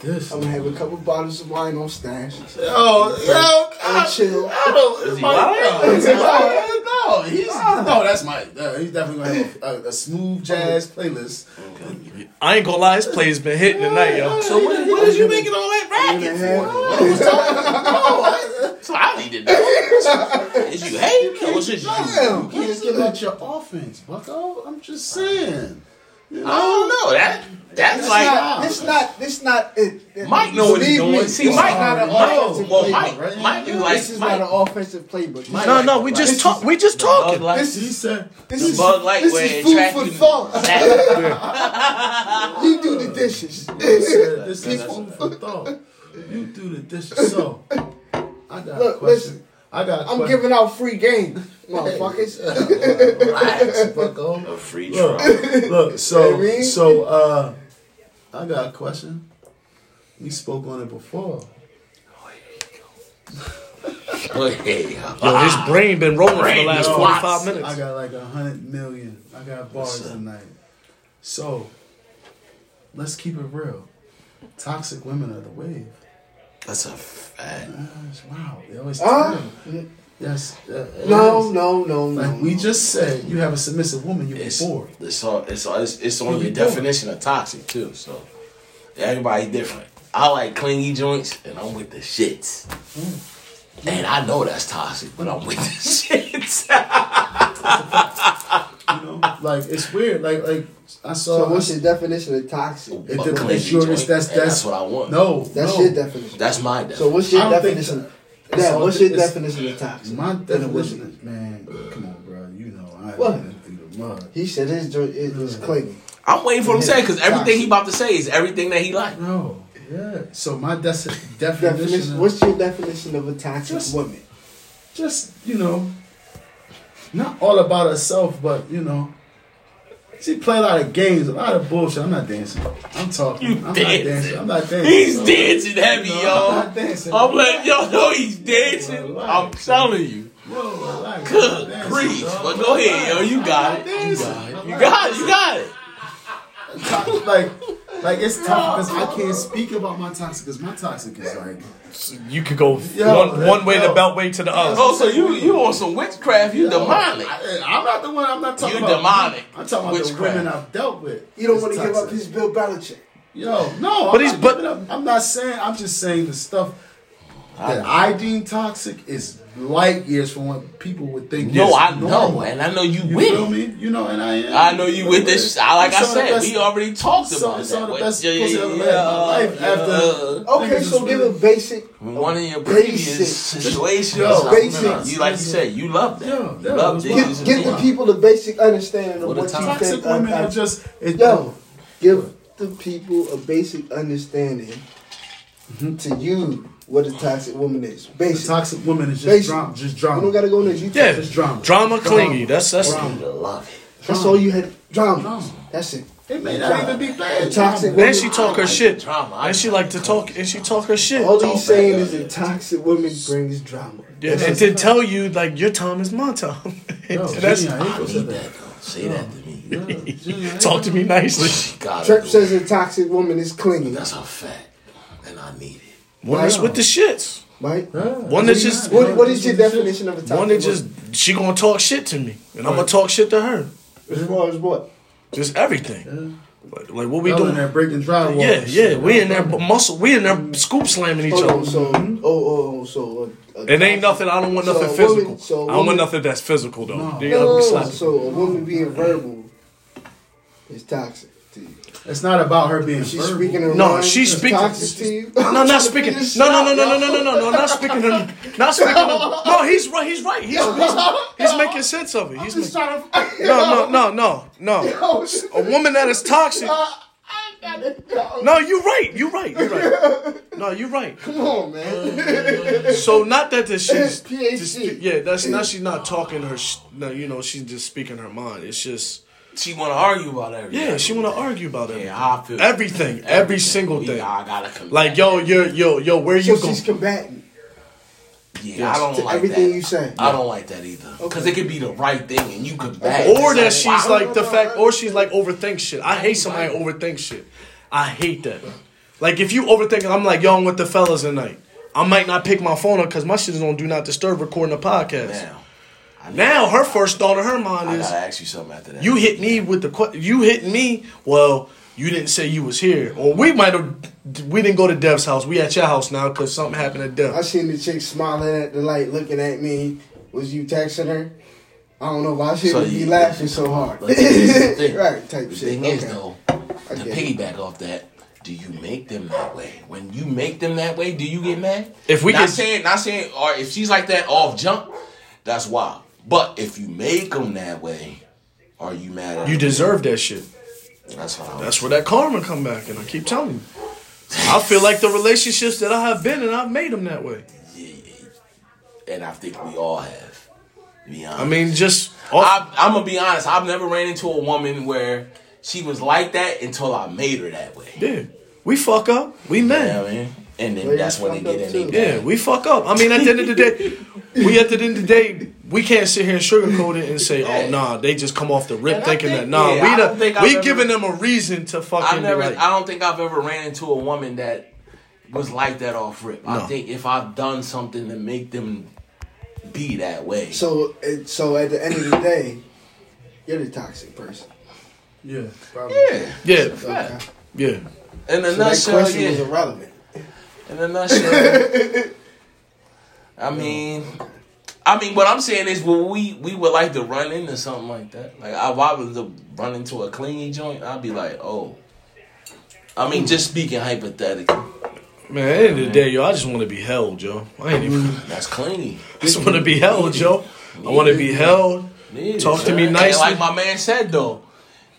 this. <laughs>
I'm gonna have a couple bottles of wine on stash. And
Oh, yo, God.
chill.
Ah!
I don't.
he
my-
lying?
no, it's <laughs> my- no, he's no. That's my. Uh, he's definitely gonna have a, a, a smooth jazz playlist.
I ain't gonna lie, this play's been hitting tonight, yo.
So what, what is you making all that
And
racket
have,
for? So I needed that. Is you hate? Or should you?
Damn, you can't give out your offense, Bucko. I'm just saying. You
I
know,
don't know. That that's
It's
like
not-
it's not. It's not. It, it-
Mike know what he's
believe
doing.
me,
See,
it's
Mike,
not an
Mike,
offensive
well,
playbook.
Mike,
right?
Mike is like
this is
Mike.
not an offensive playbook.
Mike-
No, no, we just talk. We just
Bud
talking.
Light,
he said.
this
the
is
Bud Light
this
way
is food
attracted
for
me.
thought.
That-
You do the
He
dishes.
said this is food for thought. You do the dishes. So, I got a
Look,
question.
listen.
I got. A
I'm
question.
giving out free game, motherfuckers.
Relax, Bucko.
A free
Look,
trial.
look,
<laughs> You know what I
so
mean?
so uh I got a question. We spoke on it before.
Okay.
Yo, his brain been rolling for the
Brain
last
lots.
forty five
I
minutes.
got like a hundred million. I got bars tonight. So let's keep it real. Toxic women are the wave.
<laughs> That's a fact.
Gosh, wow, they always
Huh?
tell them. Yes. uh, it
No,
is.
no, no, no.
Like we just said, you have a submissive woman, you're
It's
bored.
it's all, it's all, it's, it's on
What
your
you doing?
definition of toxic too. So everybody different. I like clingy joints, and I'm with the shits.
Mm.
And I know that's toxic, but I'm with the <laughs> shits.
You know, like it's weird. Like like I saw.
So what's your definition of toxic?
it,
A
depends.
clingy
It's yours.
joint,
that's,
and
that's
that's what I want.
No,
That's
no.
your definition.
That's my definition.
So what's
I
your
don't think
definition?
that-
Yeah,
it's-
what's your
it's-
definition of toxic?
My
Then it
definition
wouldn't
is, man, come on, bro. You know, I
What?
been through the mud.
be. He said his joint is was clingy.
I'm waiting for him to say because everything
Toxic.
he about to say is everything that he like.
No, yeah. So my des- definition,
Definition.
of-
What's your definition of a toxic
Just-
woman?
just you know, not all about herself, but you know, she play a lot of games, a lot of bullshit. I'm not dancing. I'm talking.
You
I'm
dancing.
not dancing. I'm not dancing.
He's
bro.
dancing heavy,
You know, I'm
y'all.
not dancing.
I'm letting y'all know he's dancing. I'm telling you.
Whoa, relax. I'm
Good
not dancing,
grief.
dog.
But go ahead, yo. You got it. You got it. You got it. You got it.
like, like it's tough because I can't speak about my toxic because my toxic is like.
You could go
Yo,
one one way the
yo.
beltway to the other.
Oh, so you you on some witchcraft? You demonic.
I, I'm not the one. I'm not talking
You
about.
demonic.
I'm talking about
Witchcraft.
the women I've dealt with.
You don't
It's
want to give up
toxic.
his Bill Belichick.
Yo, no.
But
I'm
he's-
not
but-
giving up. I'm not saying. I'm just saying the stuff that I deem toxic is light years from what people would think.
No,
is
I know,
normal.
and I know you,
You
with
feel
it.
me? You know, and I am.
I know you with this. I like I
Some of the
said,
best-
we already talked
some-
about
some
that.
of the
But
best
yeah, yeah,
pussy I've ever
yeah,
had in my life
yeah.
after-
Okay,
Niggas
so
is
give
really-
a basic.
one of your
Basic.
previous situations,
Yo,
I remember,
basic.
you like you said, you love that.
Yo,
you
yo,
love
it was
this.
Give, give the people the basic understanding of
What
what,
a
you
toxic
think.
Toxic women
are
are just. It,
uh, Yo, give the people a basic understanding to you what a toxic woman is.
the
Basic.
toxic woman is just
Basic.
drama. Just
you
drama.
don't gotta go into detail.
Yeah,
Just drama.
drama, clingy. That's that's.
Drama.
love it.
That's all you had. Drama.
Drama.
That's it.
It may not even be bad.
Toxic
And
women.
she talk her shit.
Drama. I
And she like to talk. And she talk her shit.
All he's saying is that toxic women brings drama.
Yeah, and to tell you like your time is my time.
No,
That's
Junior Hinkle
need
said
that though. Say that to me. <laughs>
that. Junior Hinkle-
talk to me nicely.
God,
Trip says a toxic woman is clingy,
that's a fact, and I need it.
One that's with the shits.
right?
Yeah,
One that's
Junior
just-
Hinkle.
What, what is your definition of a toxic
One that just
woman?
she gonna talk shit to me, and I'm gonna talk shit to her.
As far as what?
Just everything. Like, like what we
Y'all in
doing?
there breaking drywall.
Yeah,
and
yeah.
shit.
We in there muscle. We in there scoop slamming each
Oh,
other.
so, oh, oh, oh, so. A, a
It ain't
toxic-
nothing. I don't want nothing
So a woman-
physical.
so a
I don't
woman-
want nothing that's physical though.
No.
You gotta
No,
be
no, no.
slapping.
So a woman being verbal is toxic to you.
It's not about her being.
She's
verbal.
speaking her
No,
mind,
she's
it's
speaking-
toxic to you.
No, not speaking. No, no, no, no, no, no, no, no, no, not speaking. Of, not speaking. Of, no, he's right. He's right. He's, he's, he's making sense of it. He's
Just
making,
trying to.
no, no, no, no, no.
Oh,
A woman that is toxic.
I got it. Yo,
No, you're right. You're right. You're right. No, you're right.
Come on, man.
So not that that she's just-
PhD.
yeah. That's not she's not talking her. sh- No, you know she's just speaking her mind. It's just
She want to argue about everything.
yeah. She want to argue about everything.
Yeah, I feel
everything, every single
We-
thing.
I gotta come.
Like yo, yo, yo, yo. Where
So
you going?
she's combating
yeah,
yes,
I don't
to
like
everything
that.
you say.
I don't like that either. Because it could be the right thing and you could back.
or that
It's
she's
why-
like the fact, or she's like overthink shit. I hate somebody who overthink shit. I hate that. Like if you overthink, I'm like, yo, I'm with the fellas tonight. I might not pick my phone up because my shit is on do not disturb recording a podcast.
Now, I need-
Now her first thought in her mind
I
is,
gotta ask you something after that.
you hit me with the que- you hit me. Well, you didn't say you was here, or we might have we didn't go to Dev's house. We at your house now because something happened at
I
Dev.
seen the chick smiling at the light, looking at me. Was you texting her? I don't know why she
So
would be
you-
laughing so hard.
But
<laughs>
here's the thing.
right, type
The
shit.
thing
okay.
is though, to
Okay.
piggyback off that, do you make them that way? When you make them that way, do you get mad?
If we
not
get-
saying not saying or if she's like that off jump, that's wild. But if you make them that way, are you mad at
You deserve that shit.
them? That's what I
That's where that karma come back, and I keep telling you. I feel like the relationships that I have been in, I've made them that way.
and I think we all have. To be honest.
I mean, just off,
I, I'm gonna be honest. I've never ran into a woman where she was like that until I made her that way.
yeah, we fuck up, we
You know
men.
what I mean? And then
Ladies
that's when they
fuck
get
up
in.
too.
they
Yeah, we fuck up. I mean, at the end of the day, we at the end of the day, we can't sit here and sugarcoat it and say, "Oh, nah, they just come off the rip
And I
thinking
think-
that." Nah,
yeah, I
we
don't
the,
think I've
we
ever-
giving them a reason to
I
fucking be
never.
like,
I don't think I've ever ran into a woman that was like that off rip.
No.
I think if I've done something to make them be that way,
So, it- so at the end of the day, you're the toxic person.
Yeah, probably.
yeah.
"Yeah,
Okay.
Fact.
yeah."
In a
So that
nutshell,
question is
yeah.
irrelevant.
In a nutshell,
<laughs>
I mean. I mean, what I'm saying is, when we we would like to run into something like that, like if I was to run into a clingy joint, I'd be like, oh. I mean, just speaking hypothetically,
Man, at the end of the day, yo, I just want to be held, yo. I ain't even.
that's clingy.
<laughs> I just want to be
<laughs>
held, yo. I want to be held.
Yeah,
Talk to
man.
me
And
nicely.
like my man said though.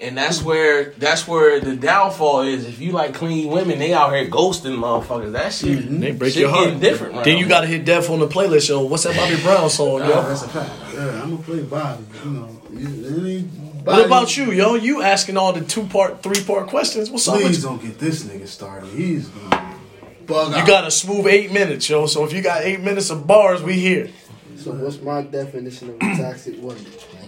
And that's where that's where the downfall is. If you like clean women, they out here ghosting motherfuckers. That shit,
They break
Hmm? shit
your
getting
heart.
Different. Right
Then you gotta hit death on the playlist, yo. What's that Bobby Brown song,
Yeah,
yo?
that's a fact. Yeah, I'm gonna play Bobby. You know, You- anybody-
What about you, yo? You asking all the two part, three part questions. What's up with
Please
you?
don't get this nigga started. He's gonna bug out.
You got a smooth eight minutes, yo. So if you got eight minutes of bars, we here.
So, what's my definition of a toxic woman?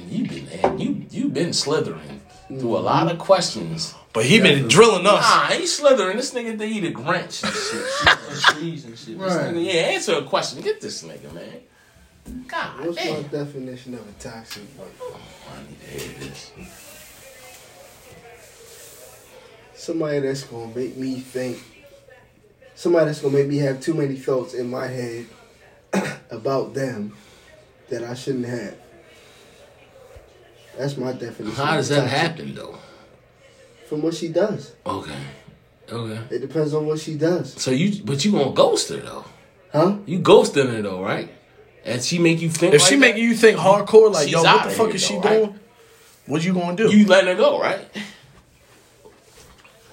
you been you you been slithering through a lot of questions.
But he been drilling us.
Nah, I ain't slithering. This nigga they eat a Grinch and shit. <laughs> She's on trees and shit. This
Right.
nigga, yeah, answer a question. Get this nigga, man. God
What's my
damn.
definition of a toxic woman?
I need to hear this.
Somebody that's gonna make me think. Somebody that's gonna make me have too many thoughts in my head <coughs> about them that I shouldn't have. That's my definition.
How
of
does that
toxic-
happen though?
From what she does.
Okay, okay.
It depends on what she does.
So you but you gonna ghost her though.
Huh?
You ghosting her though, right? And she make you think.
If
like
she
that,
making you think hardcore, like,
She's
yo, what
outta
the fuck
here,
is she
though, right?
doing? What you gonna do?
you letting her go, right?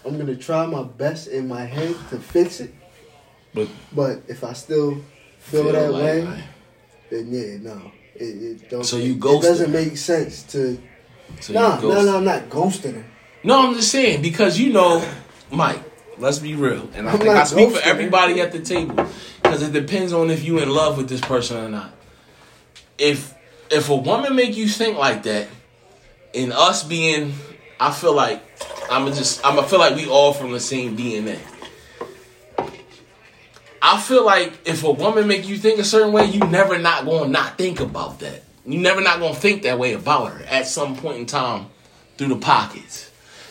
I'm gonna try my best in my head to fix it,
but
but if I still feel, that
like-
way,
like-
then yeah, no. It, it don't
So
make-
you ghosted
It doesn't
her.
make sense to
So
No,
you ghost.
no, no, I'm not ghosting her.
No, I'm just saying because you know, Mike. Let's be real, and I
I'm
think I
not
speak for
ghosting, man.
everybody at the table because it depends on if you in love with this person or not. If if a woman make you think like that, and us being, I feel like I'm just I'm feel like we all from the same DNA. I feel like if a woman make you think a certain way, you never not gonna not think about that. You never not gonna think that way about her at some point in time through the pockets.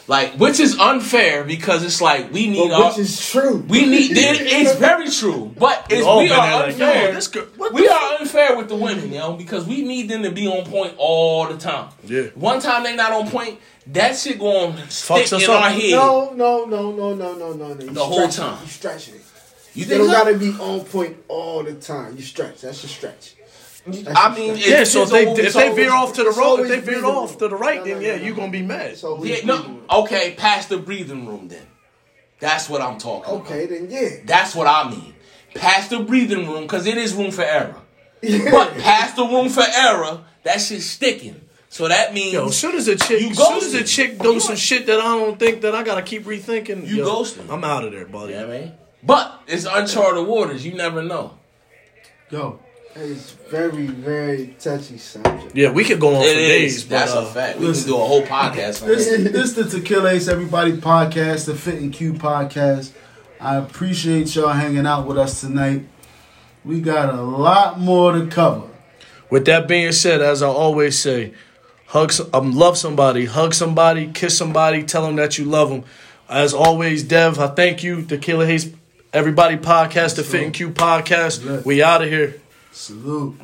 Like, which is unfair because it's like we need
But
our,
which is true.
we need it- it's very true, but it's,
all
we
been there
are
like,
unfair.
yo, this girl- what
we
the
are unfair with the women, yo, because we need them to be on point all the time.
Yeah.
One time they not on point, that shit going
Fucks
stick
us
in
up.
our head.
No, no, no, no, no, no, no, no. You
The whole
stretching it.
time.
You stretching it.
you
You
think
don't
so?
gotta be on point all the time. You stretch. That's a stretch. That's
I
a
mean,
stretch.
it
Yeah, so if
depends
they
on what
if
we
they
talk
veer
about.
off to the
It's
road, if
always
they veer
reasonable.
off to the right,
No,
then
no,
yeah,
no,
you
no.
gonna be mad.
So we
Yeah, no, okay, past the breathing room then. That's what I'm talking about.
Okay, then yeah.
That's what I mean. Past the breathing room, because it is room
<laughs>
for error. But past the room for error, that shit's sticking. So that means
Yo, soon as a chick,
You
soon as a
ghosted.
chick does some shit that I don't think that I gotta keep rethinking,
You
yo,
ghosted.
I'm out of there, buddy.
Yeah, man. But it's uncharted waters. You never know.
Yo,
It's very, very touchy subject.
Yeah, we could go on for
It
days.
is.
but,
That's
uh,
a fact. We
listen.
can do a whole podcast on
this this
this.
the Tequila Ace Everybody podcast, the Fit and Q podcast. I appreciate y'all hanging out with us tonight. We got a lot more to cover.
With that being said, as I always say, hug, s- um, love somebody, hug somebody, kiss somebody, tell them that you love them. As always, Dev, I thank you. The Killer Hates Everybody podcast, the Fit and Q podcast. We out of here.
Salute.